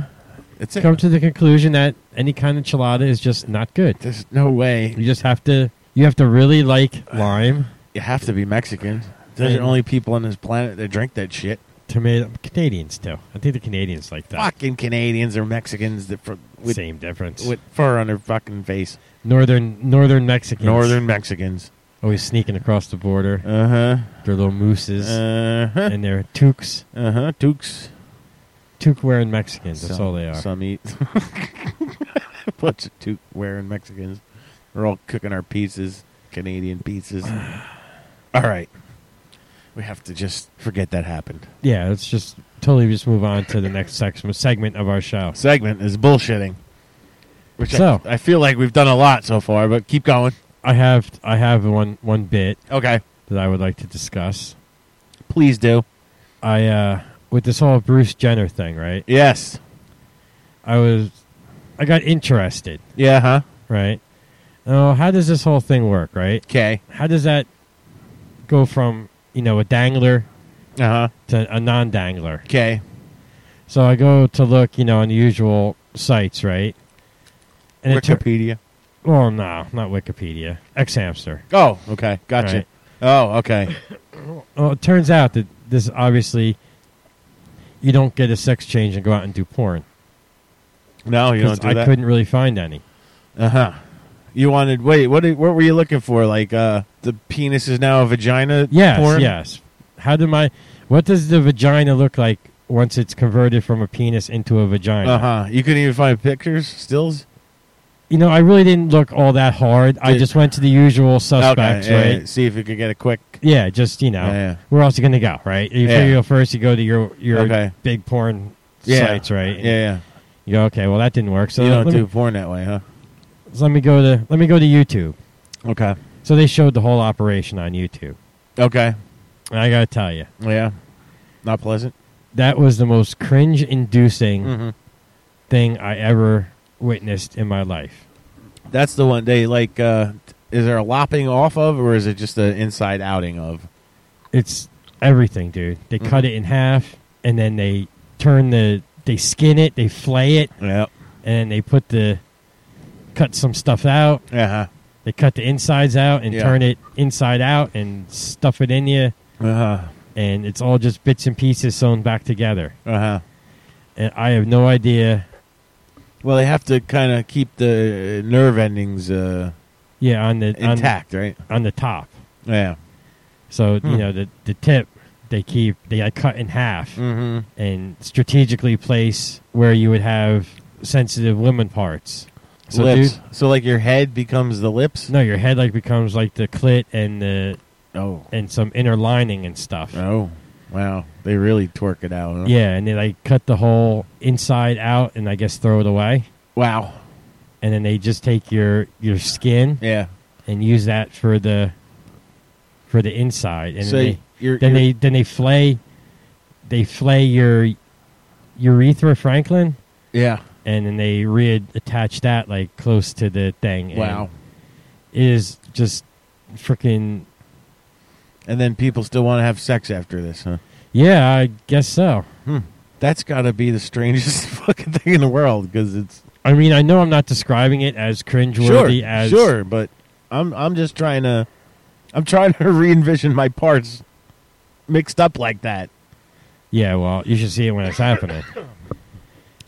it's come it. to the conclusion that any kind of chilada is just not good. There's no You way just have to. You have to [sighs] really like lime, you have to be Mexican. They're the And- only people on this planet that drink that shit. tomato. Canadians too. I think the Canadians like that. Fucking Canadians or Mexicans that for, with Same difference. with fur on their fucking face. northern Northern Mexicans. Northern Mexicans. always sneaking across the border. Uh huh. Their little mooses Uh [laughs] huh. and their toques. Uh huh. Dukes. Toque wearing Mexicans. That's Some- all they are. Some eat. [laughs] Bunch of toque wearing Mexicans. We're all cooking our pizzas, Canadian pizzas. [sighs] all right. We have to just forget that happened. Yeah, let's just totally just move on to the next [laughs] sex- segment of our show. Segment is bullshitting. Which I- So- I, feel like we've done a lot so far, but keep going. I have I have one one bit Okay. that I would like to discuss. Please do. I uh with this whole Bruce Jenner thing, right? Yes. I was I got interested, Yeah, huh? right? Oh, how does this whole thing work, right? Okay. How does that go from, you know, a dangler Uh huh. to a non-dangler? Okay. So I go to look, you know, on the usual sites, right? And it took, Wikipedia. well, no, not Wikipedia, X Hamster. Oh, okay. Gotcha. Right. Oh, okay. Well, it turns out that this obviously you don't get a sex change and go out and do porn. No, you 'Cause [laughs] don't do I that. couldn't really find any. Uh huh. You wanted wait. What? did- What were you looking for? Like uh, the penis is now a vagina. Yes, porn? yes. How do my what does the vagina look like once it's converted from a penis into a vagina? Uh huh. You couldn't even find pictures, stills. You know, I really didn't look all that hard. I Did- just went to the usual suspects, yeah, yeah. right? See if you could get a quick. Yeah, just you know, Yeah, yeah. where else you gonna go, right? You Yeah. figure first you go to your your Okay. big porn Yeah. sites, right? Yeah, yeah. You go, okay, well that didn't work. So you let, don't do me, porn that way, huh? so let me go to let me go to YouTube. Okay. So they showed the whole operation on YouTube. Okay. And I gotta tell you, Yeah. Not pleasant. that was the most cringe-inducing Mhm. thing I ever witnessed in my life. That's the one day. Like, uh, is there a lopping off of, or is it just an inside outing of? It's everything, dude. They Mm-hmm. cut it in half, and then they turn the they skin it, they flay it, Yeah. and they put the cut some stuff out. Uh huh. They cut the insides out and Yeah. turn it inside out and stuff it in you, Uh Uh-huh. huh. and it's all just Uh-huh. bits and pieces sewn back together. Uh huh. And I have no idea Well, they have to kind of keep the nerve endings uh, Yeah, on the on- intact, right? on the top. Yeah. So Hmm. you know the the tip they keep they got cut in half Mm-hmm. and strategically place where you would have sensitive women parts. So lips. dude- so like your head becomes the lips. no, your head like becomes like the clit and the Oh. and some inner lining and stuff. Oh. Wow. They really twerk it out. Huh? Yeah, and they like cut the whole inside out and I guess throw it away. Wow. And then they just take your your skin Yeah. and use that for the for the inside. And so then they, you're, then you're- they then they flay they flay your urethra franklin yeah. and then they reattach that like close to the thing and Wow. it is just freaking And then people still want to have sex after this, huh? yeah i guess so That's got to be the [laughs] strangest fucking thing in the world because it's i mean i know i'm not describing it as cringeworthy sure, as sure, but I'm I'm just trying to I'm trying to [laughs] re-envision my parts mixed up like that. yeah well you should see it when it's [laughs] happening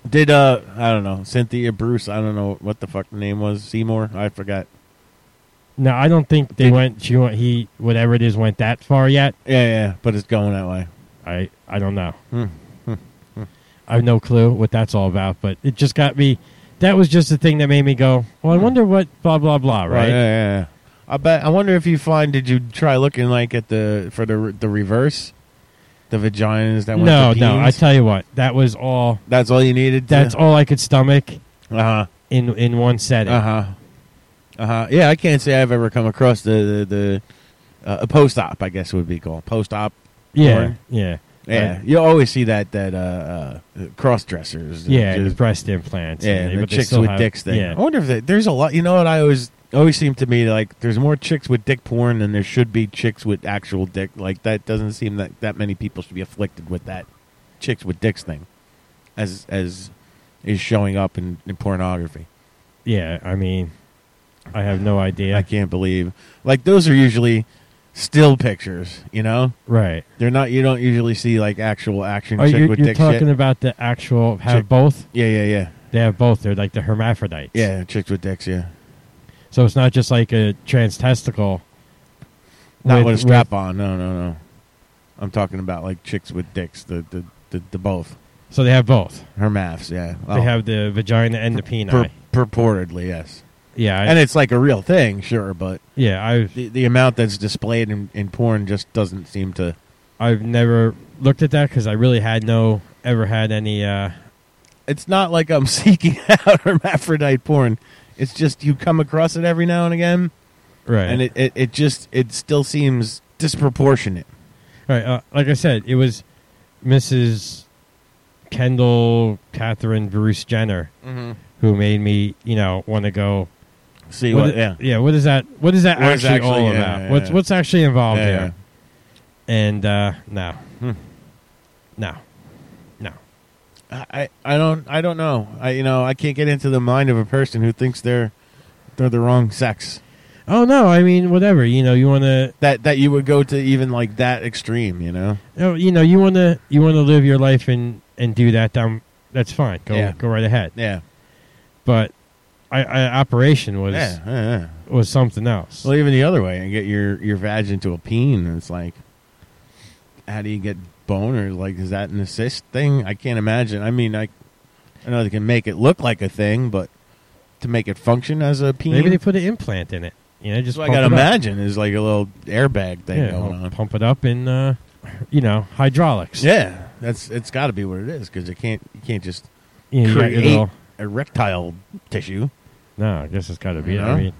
Did uh I don't know Cynthia Bruce I don't know what the fuck the name was Seymour I forgot. no i don't think they went she went he whatever it is went that far yet Yeah, yeah, but it's going that way. I I don't know. Hmm. I have no clue what that's all about, but it just got me. That was just the thing that made me go. Well, I wonder what blah blah blah. Right? Hmm. Yeah, yeah, yeah. I bet. I wonder if you find. Did you try looking like at the for the re- the reverse, the vaginas that went no, to no. I peens? tell you what, that was all. that's all you needed. That's all I could stomach all. Uh in in one huh. setting. Uh huh. Uh huh. Yeah, I can't say I've ever come across the the, the uh, a post op. I guess would be called post op. yeah, porn. yeah, Yeah, Right. you always see that that uh, uh cross dressers. yeah. and the breast implants. Yeah, and- the but they chicks still with have- dicks Oh. thing. I Yeah, wonder if they, there's a lot. You know what? I always always seem to me like there's more chicks with dick porn than there should be chicks with actual dick. Like that doesn't seem that that many people should be afflicted with that chicks with dicks thing, as as is showing up in, in pornography. yeah. I mean, I have no idea. I can't believe like those are usually still pictures. You know, right? they're not. You don't usually see like actual action Are chick you with Oh, you're dick talking shit. about the actual have Chick- both? yeah, yeah, yeah, They have both. They're like the hermaphrodites. yeah. Chicks with dicks. Yeah, So it's not just like a trans testicle. Not with- with, a strap on. No, no, no. I'm talking about like chicks with dicks. The the the, the both So they have both. her maths. Yeah, Oh. They have the vagina and the penis. Pur- purportedly yes. yeah, I, and it's like a real thing, sure, but yeah. I've the, the amount that's displayed in, in porn just doesn't seem to. I've never looked at that because I really had no ever had any. Uh, It's not like I'm [laughs] seeking out hermaphrodite porn. It's just you come across it every now and again, right. and it, it, it just it still seems disproportionate. right. Uh, like I said, it was Mrs. Kendall Catherine Bruce Jenner Mm-hmm. who made me, you know, want to go. See what what? i- yeah. yeah. What is that? What is that What is actually, actually- all yeah, about? yeah, what's yeah. what's actually involved Yeah, there? And uh, no, Hmm. no, no. I, I don't I don't know. I you know, I can't get into the mind of a person who thinks they're they're the wrong sex. Oh no! I mean, whatever. You know, you want to That that you would go to even like that extreme, you know? No, oh, you know, you want to you want to live your life and and do that. Um, that's fine. Go Yeah. go right ahead. Yeah. But I, I operation was Yeah, yeah, yeah. was something else. Well, even the other way and get your your vag into a peen and it's like how do you get boner? Like is that an assist thing? I can't imagine. I mean, I I know they can make it look like a thing, but to make it function as a peen. Maybe they put an implant in it. You know, just that's what I got pump to it up. imagine is like a little airbag thing Yeah, going I'll on. pump it up in uh, you know hydraulics. Yeah, that's it's got to be what it is because you can't you can't just you know, you got your create little- erectile tissue. no, I guess it's got to be. I No? mean,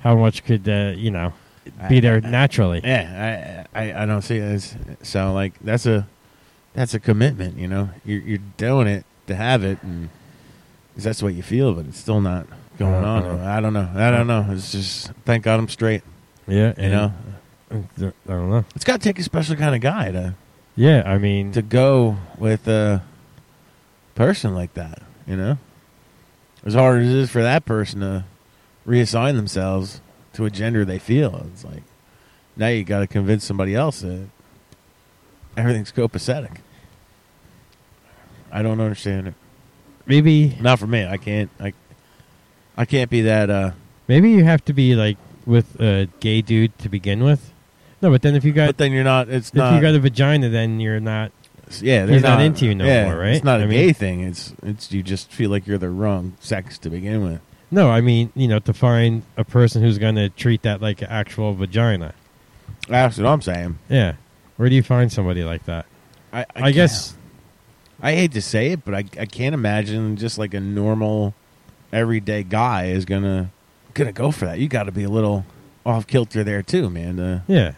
how much could uh, you know be there naturally? Yeah, I I, I don't see it as so like that's a that's a commitment. You know, you're you're doing it to have it, and 'cause that's what you feel, but it's still not going on. Uh-uh. I don't know. I don't know. It's just thank God I'm straight. yeah, You know, and- I don't know. it's got to take a special kind of guy to Yeah, I mean, to go with a person like that. You know, as hard as it is for that person to reassign themselves to a gender they feel, it's like now you got to convince somebody else that everything's copacetic. I don't understand it. maybe Not for me. I can't. I, I can't be that. Uh, maybe you have to be like with a gay dude to begin with. No, but then if you got but then uh, you're not. It's if you not. got a vagina, then you're not. yeah, they're he's not into you no yeah, more, right? It's not a I mean- gay thing. It's it's you just feel like you're the wrong sex to begin with. No, I mean you know to find a person who's going to treat that like an actual vagina. That's what I'm saying. Yeah, where do you find somebody like that? I I, I, guess can't- I hate to say it, but I I can't imagine just like a normal, everyday guy is gonna gonna go for that. You got to be a little off kilter there too, man. To, yeah,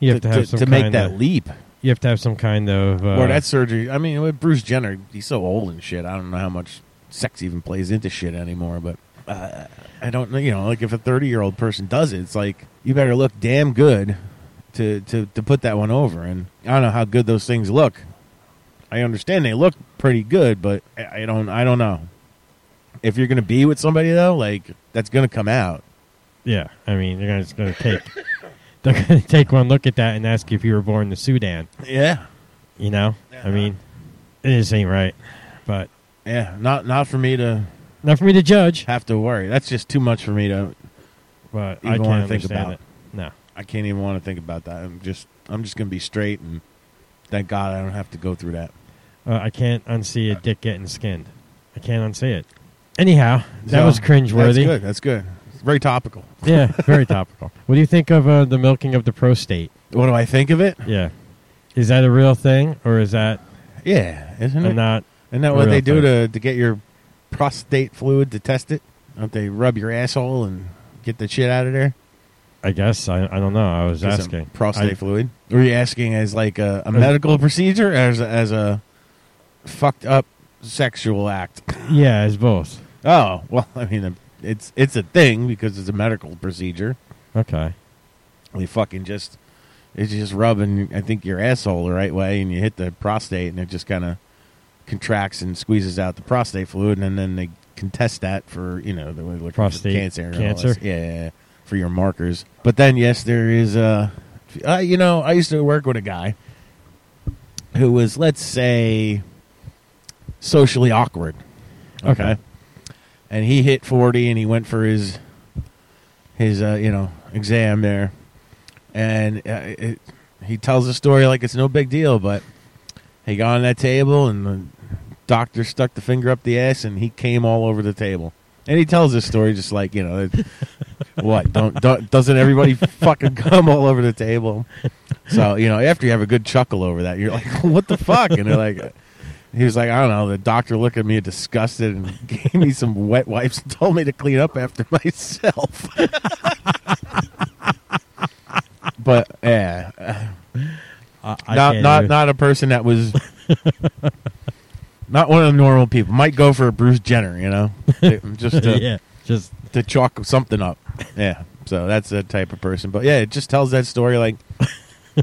you have to, to, have to, some to make kind that of, leap. You have to have some kind of. Uh, Or that surgery. I mean, with Bruce Jenner, he's so old and shit. I don't know how much sex even plays into shit anymore. But uh, I don't know. You know, like if a thirty-year-old person does it, it's like you better look damn good to to to put that one over. And I don't know how good those things look. I understand they look pretty good, but I I don't. I don't know. If you're gonna be with somebody though, like that's gonna come out. yeah, I mean they're gonna, just going to take. [laughs] they're going to take one look at that and ask if you were born in the Sudan. Yeah, You know, I mean, it just ain't right. But yeah. Not not for me to not for me to judge. have to worry. That's just too much for me to But Even I can't wanna understand think about. it. No. I can't even want to think about that. I'm just I'm just gonna be straight and thank God I don't have to go through that. Uh, I can't unsee a dick getting skinned. I can't unsee it. Anyhow, that So, was That's cringeworthy. good. That's good. It's very topical. [laughs] yeah, very topical. What do you think of uh, the milking of the prostate? What do I think of it? Yeah, is that a real thing or is that Yeah, isn't a it? not? Isn't that what real they do thing. to to get your prostate fluid to test it? Don't they rub your asshole and get the shit out of there? I guess I, I don't know. I was Get some asking prostate I- fluid. Were you asking as like a, a medical procedure, or as a, as a fucked up sexual act? yeah, it's both. [laughs] Oh well, I mean it's it's a thing because it's a medical procedure. Okay. they fucking just it's just rubbing i think your asshole the right way and you hit the prostate and it just kind of contracts and squeezes out the prostate fluid and then they can test that for you know the way look Prostate cancer and all this. cancer? Yeah, yeah, yeah, for your markers but then yes there is uh, uh you know i used to work with a guy who was let's say socially awkward Okay. and he hit 40 and he went for his his uh, you know exam there and uh, it, he tells the story like it's no big deal but he got on that table and the doctor stuck the finger up the ass and he came all over the table and he tells this story just like you know it- what don't, don't doesn't everybody fucking come all over the table so you know after you have a good chuckle over that you're like [laughs] what the fuck and they're like he was like, I don't know. The doctor looked at me disgusted and [laughs] gave me some wet wipes and told me to clean up after [laughs] myself. but yeah, I, I not can't not do- not a person that [laughs] was not one of the normal people. Might go for a Bruce Jenner, you know, just to, [laughs] yeah, just to chalk something up. Yeah, so that's the type of person. But yeah, it just tells that story [laughs] like.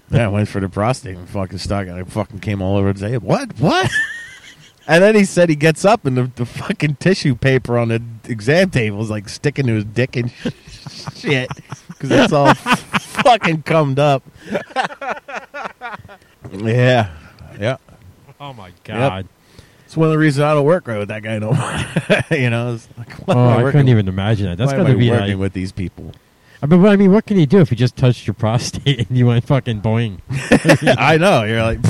yeah, I went for the prostate and fucking stuck, and I fucking came all over the table. What? What? [laughs] and then he said he gets up, and the, the fucking tissue paper on the exam table is like sticking to his dick and [laughs] shit because it's [laughs] all fucking cummed up. yeah, yeah. oh my god. It's one of the reasons I don't work right with that guy no more. [laughs] you know, it's like, why am Oh, I working- couldn't even imagine that. That's why am going I to be working like with these people. I mean, but I mean, what can you do if you just touched your [laughs] prostate and you went fucking boing? [laughs] I know. You're like,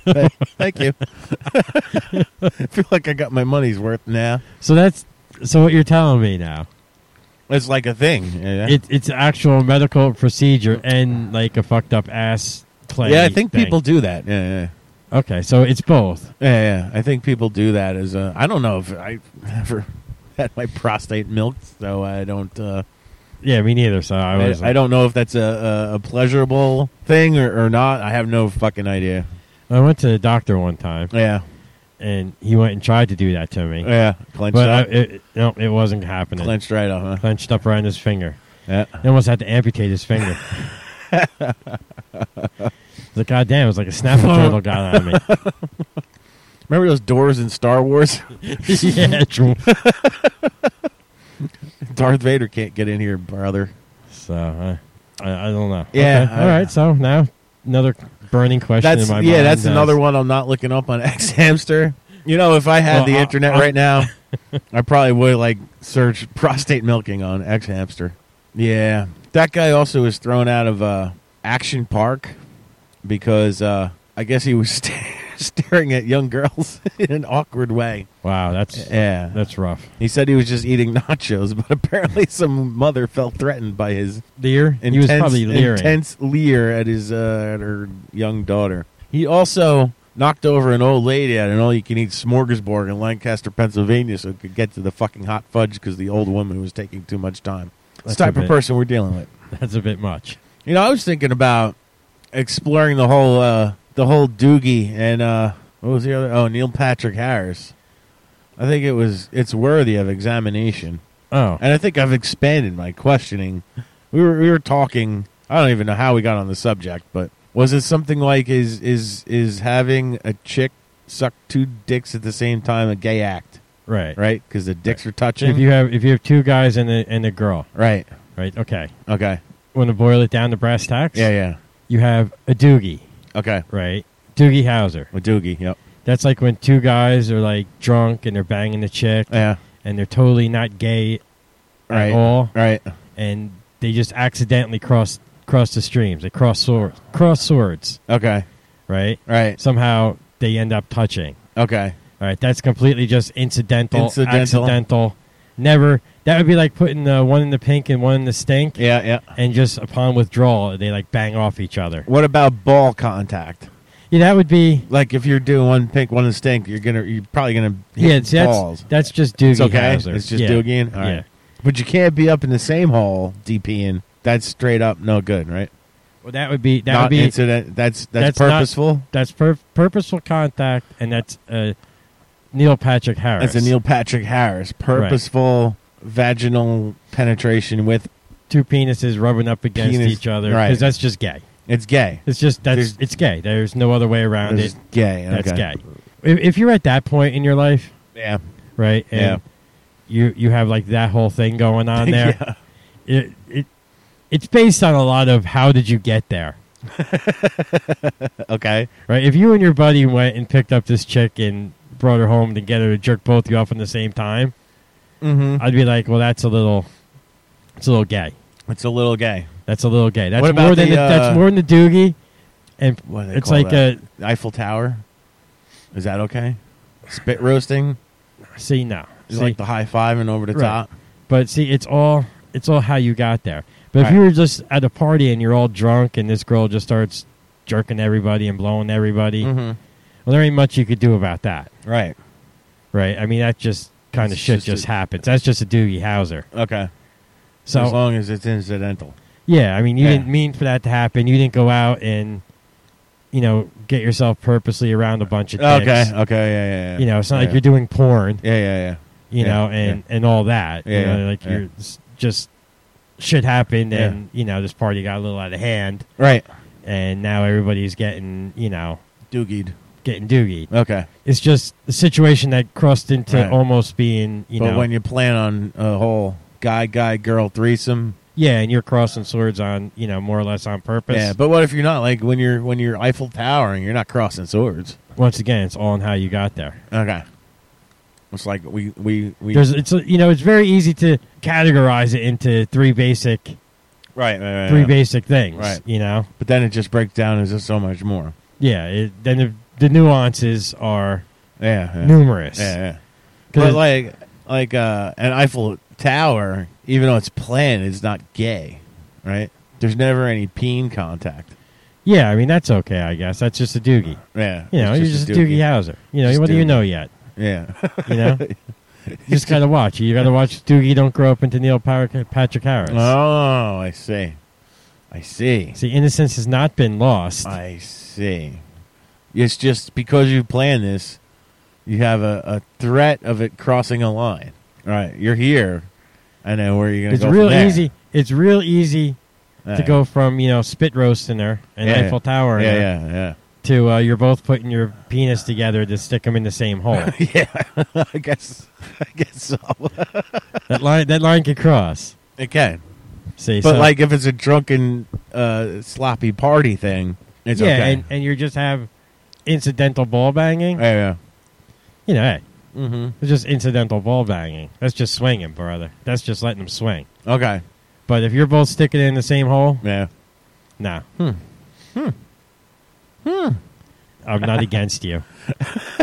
"Thank- thank you. [laughs] I feel like I got my money's worth now. So that's so what you're telling me now. It's like a thing. Yeah. It, it's actual medical procedure and like a fucked up ass play. yeah, I think thing. people do that. Yeah, yeah, Okay, so it's both. yeah, yeah. I think people do that as a. I don't know if I ever [laughs] had my prostate milked, so I don't. Uh, Yeah, me neither. So I I, was. I don't know if that's a, a, a pleasurable thing or, or not. I have no fucking idea. I went to the doctor one time, Yeah, and he went and tried to do that to me, yeah. Clenched but I, up, it, no, it wasn't happening. clenched right up, huh? Clenched up around his finger. Yeah. He almost had to amputate his finger. the goddamn, it was like a snapper turtle [laughs] got on me. Remember those doors in Star Wars? [laughs] [laughs] yeah, true. Darth Vader can't get in here, brother. So uh, I, I don't know. Yeah, Okay, I- all right. So now another burning question That's in my yeah. mind. That's is- another one I'm not looking up on [laughs] X Hamster. You know, if I had Well, the I- internet I- right now, [laughs] I probably would like search prostate milking on X Hamster. Yeah, that guy also was thrown out of uh, Action Park because uh, I guess he was [laughs] staring at young girls [laughs] in an awkward way. Wow, that's Yeah, that's rough. he said he was just eating [laughs] nachos, but apparently some mother felt threatened by his Lear, intense, he was probably leering. intense leer at his uh, at her young daughter. He also knocked over an old lady at an all-you-can-eat smorgasbord in Lancaster, Pennsylvania, so it could get to the fucking hot fudge because the old woman was taking too much time. That's That's the type a of bit- person we're dealing with. That's a bit much. You know, I was thinking about exploring the whole uh, the whole Doogie and uh, what was the other? Oh, Neil Patrick Harris. I think it was it's worthy of examination. Oh, And I think I've expanded my questioning. We were we were talking. I don't even know how we got on the subject, but was it something like is is is having a chick suck two dicks at the same time a gay act, right, right? Because the dicks are touching. If you have if you have two guys and a and a girl, right. right? Okay. Okay. Want to boil it down to brass tacks? Yeah. Yeah. You have a Doogie, Okay. right? Doogie Howser. With Doogie. Yep. That's like when two guys are like drunk and they're banging a chick Yeah. and they're totally not gay Right. at all, Right. and they just accidentally cross cross the streams. They cross swords, cross swords, Okay. right? Right. Somehow they end up touching. Okay. All right, that's completely just incidental, Incidental. accidental. Never. That would be like putting uh, one in the pink and one in the stink, Yeah. Yeah. and just upon withdrawal, they like bang off each other. What about ball contact? Yeah, that would be. Like if you're doing one pink, one stink, you're gonna you're probably gonna hit Yeah, see, balls. that's that's just Doogie It's okay. Howser. It's just yeah. Doogie in. All right. yeah. But you can't be up in the same hole DPing. That's straight up no good, right? Well, that would be that Not would be incident. That's that's, that's not- purposeful. that's pur- purposeful contact, and that's uh, Neil Patrick Harris. That's a Neil Patrick Harris purposeful vaginal penetration with. two penises rubbing up against Penis- each other right. because that's just gay. It's gay. It's just that's There's- it's gay. There's no other way around It's it. gay. That's okay. gay. If, if you're at that point in your life, Yeah. right? And you you have like that whole thing [laughs] going on there. It, it it's based on a lot of how did you get there, Okay. right? If you and your buddy went and picked up this chick and brought her home to get her to jerk both you off at the same time, Mm-hmm. I'd be like, well, that's a little, it's a little gay. It's a little gay. That's a little gay. That's What about more than the, the, uh, that's more than the doogie, and What do they it's call like that? Eiffel Tower. Is that okay? Spit roasting a see no, is See? like the high five and over the Right. top. But see, it's all it's all how you got there. But if Right. you were just at a party and you're all drunk and this girl just starts jerking everybody and blowing everybody, Mm-hmm. well, there ain't much you could do about that, Right. right? I mean, that just kind of It's shit just just, a- happens. That's just a Doogie Howser. Okay. as So uh, long as it's incidental. yeah, I mean, you Yeah. didn't mean for that to happen. You didn't go out and you know get yourself purposely around a bunch of dicks. Okay. Okay. Yeah. Yeah. yeah. You know, it's not Yeah. like you're doing porn, Yeah, yeah, you Yeah, know, and and all that. Yeah, you know, like yeah. you're it's just shit happened, Yeah. and you know this party got a little out of hand. yeah. Right. and now everybody's getting you know Doogied. getting doogie. Okay. It's just a situation that crossed into Oh. Right. almost being you but know when you plan on a whole guy, guy, girl threesome. yeah, and you're crossing swords on you know more or less on purpose. yeah, but what if you're not like when you're when you're Eiffel Towering, you're not crossing swords. once again, it's all in how you got there. Okay. It's like we we we There's it's you know it's very easy to categorize it into three basic right, right, right, three right. basic things. Right. You know, But then it just breaks down as just so much more. yeah. It, then the, the nuances are Yeah. yeah. numerous. Yeah, yeah. But 'Cause it- like like uh an Eiffel Tower, even though it's planned, it's not gay, right? There's never any peen contact. Yeah, I mean that's okay. I guess that's just a doogie. Yeah. You know, it's you're just a doogie, Howser. You know, Just what do you doogie. know yet? Yeah. [laughs] You know, You just gotta watch. You gotta watch Doogie Don't Grow Up into Neil Par- Patrick Harris. Oh, I see. I see. See, innocence has not been lost. I see. It's just because you plan this, you have a, a threat of it crossing a line. All right, you're here. I know where you're going it's go. from real there. easy. It's real easy Yeah. to go from you know spit roasting her and Yeah, yeah. Eiffel Tower in Yeah, her yeah, [laughs] to uh, you're both putting your penis together to stick them in the same hole. [laughs] yeah. Yeah, I guess. I guess so. [laughs] that line, that line could cross. it can. See, But so- like, if it's a drunken, uh, sloppy party thing, it's yeah, okay. and, and you just have incidental ball banging. yeah, yeah. you know, hey, it's just incidental ball banging. That's just swinging, brother. That's just letting them swing. Okay. But if you're both sticking in the same hole, Yeah. nah. Hmm. Hmm. Hmm. I'm not against you. [laughs]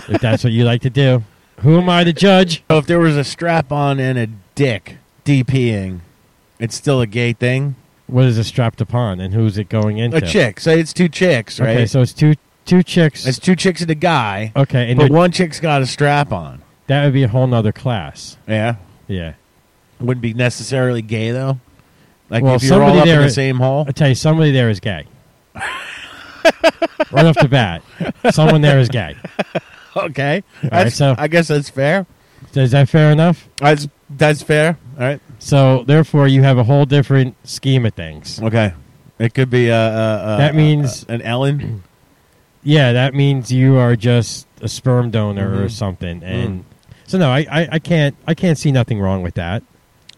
if that's what you like to do, who am I to judge? So if there was a strap on and a dick DPing, it's still a gay thing. What is it strapped upon, and who's it going into? A chick. Say it's two chicks, right? Okay, so it's two two chicks. it's two chicks and a guy. okay, and but they're- one chick's got a strap on. that would be a whole nother class. Yeah. Yeah. Wouldn't be necessarily gay though. Like Well, if you're all somebody up in there- the same [laughs] hole. I tell you, somebody there is gay. right off the bat, someone there is gay. Okay. That's, so- I guess that's fair. Is that fair enough? That's that's fair. All right. So therefore, you have a whole different scheme of things. Okay. It could be uh, a, a, a That means- a- an Ellen. Yeah, that means you are just a sperm donor Mm-hmm. or something. Mm. And so no, I, I, I can't I can't see nothing wrong with that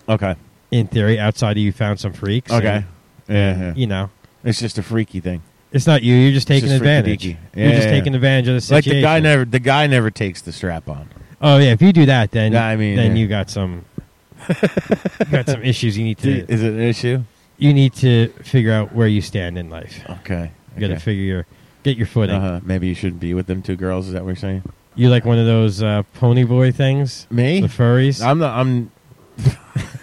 Okay. in theory. Outside of you found some freaks. and, Okay. Yeah, yeah. you know. It's just a freaky thing. It's not you. You're just taking just advantage. freaky-deaky. you're Yeah, just yeah, yeah. taking advantage of the Like the situation. guy never the guy never takes the strap on. Oh yeah, if you do that, then Yeah, I mean, then yeah. you [laughs] got some you got some issues. You need Do- to Is it an issue? you need to figure out where you stand in life. You Okay. got to okay. figure your get your footing. Uh-huh. Maybe you shouldn't be with them two girls. Is that what you're saying? You like one of those uh, pony boy things? Me? the furries? I'm not. I'm. [laughs]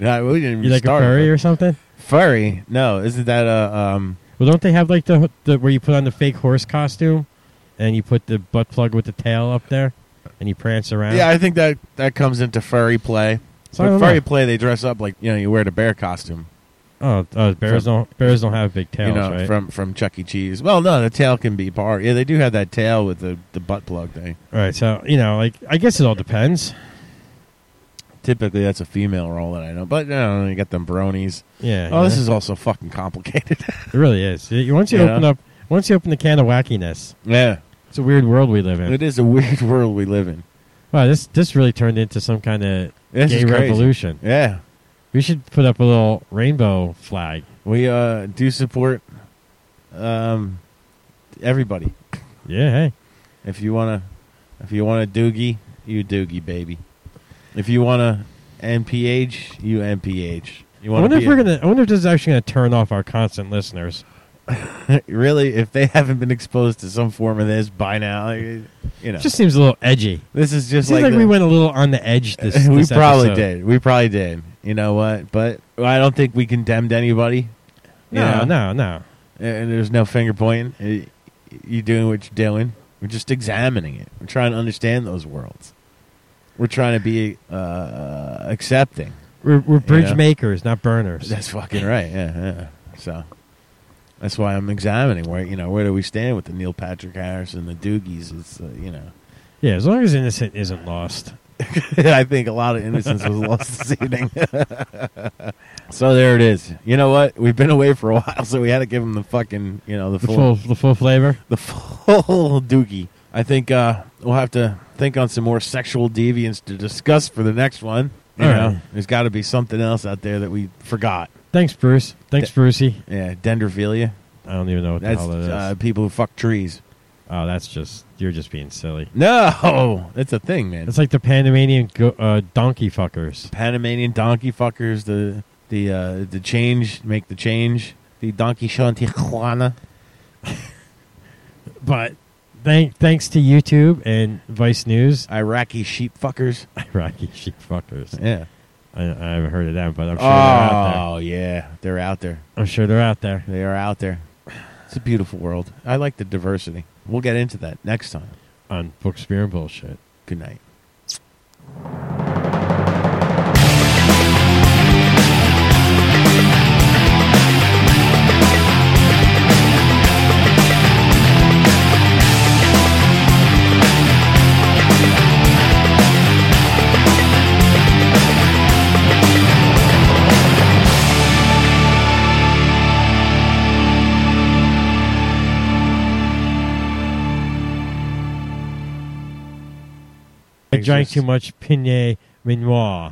Nah, we didn't even you like start a furry with- or something? furry? No, isn't that a um? Well, don't they have like the, the where you put on the fake horse costume and you put the butt plug with the tail up there and you prance around? Yeah, I think that that comes into furry play. So I With don't furry know. play, they dress up like you know you wear the bear costume. Oh, uh, bears don't bears don't have big tails, you know right? from from Chuck E. Cheese. Well, no, the tail can be part. Yeah, they do have that tail with the the butt plug thing. all right, so you know, like I guess it all depends. Typically, that's a female role that I know, but you know you got them bronies. Yeah. Oh, you this know? is also fucking complicated. [laughs] It really is. You- Once you Yeah. open up, once you open the can of wackiness, yeah, it's a weird world we live in. it is a weird [laughs] world we live in. Wow, this this really turned into some kind of This gay is crazy. revolution. Yeah, We should put up a little rainbow flag. we uh, do support um, everybody. Yeah, hey, If you wanna, if you want to doogie, you doogie, baby. If you wanna MPH, you MPH. You I want wonder if we're gonna. I wonder if this is actually gonna turn off our constant listeners. gonna [laughs] really if they haven't been exposed to some form of this by now. like, You know, It just seems a little edgy. this is just Seems like, the- we went a little on the edge. [laughs] This, we this probably episode. did. We probably did. You know what? But I don't think we condemned anybody. you No, know? no, no. and there's no finger pointing. You're doing what you're doing. We're just examining it. We're trying to understand those worlds. We're trying to be uh, accepting. We're, we're bridge Yeah. makers, not burners. That's fucking right. Yeah, yeah. So that's why I'm examining where you know where do we stand with the Neil Patrick Harris and the Doogies. It's uh, you know [laughs] yeah, as long as innocent isn't lost. I think a lot of innocence was lost this evening. [laughs] so there it is. You know what? We've been away for a [laughs] while, so we had to give them the fucking you know the, The full full, the full flavor. the [laughs] full dookie. I think uh, we'll have to think on some more sexual deviance to discuss for the next one. You All know, right. there's got to be something else out there that we forgot. Thanks, Bruce. Thanks, Brucey. Yeah, dendrophilia. I don't even know what the That's hell that is. uh, people who fuck trees. oh, that's just you're just being silly. No, [laughs] that's a thing, man. It's like the Panamanian go- uh, donkey fuckers. Panamanian donkey fuckers. The the uh, the change make the change. The donkey show in Tijuana. But thank thanks to YouTube and Vice News, [laughs] Iraqi sheep fuckers. Iraqi sheep fuckers. Yeah. I, I haven't heard of them, but I'm [laughs] sure they're out Oh yeah, they're out there. there. I'm sure they're out there. They are out there. It's a beautiful world. I like the diversity. We'll get into that next time. on book spear and bullshit. Good night. I It's drank just- too much Pinot Meunier.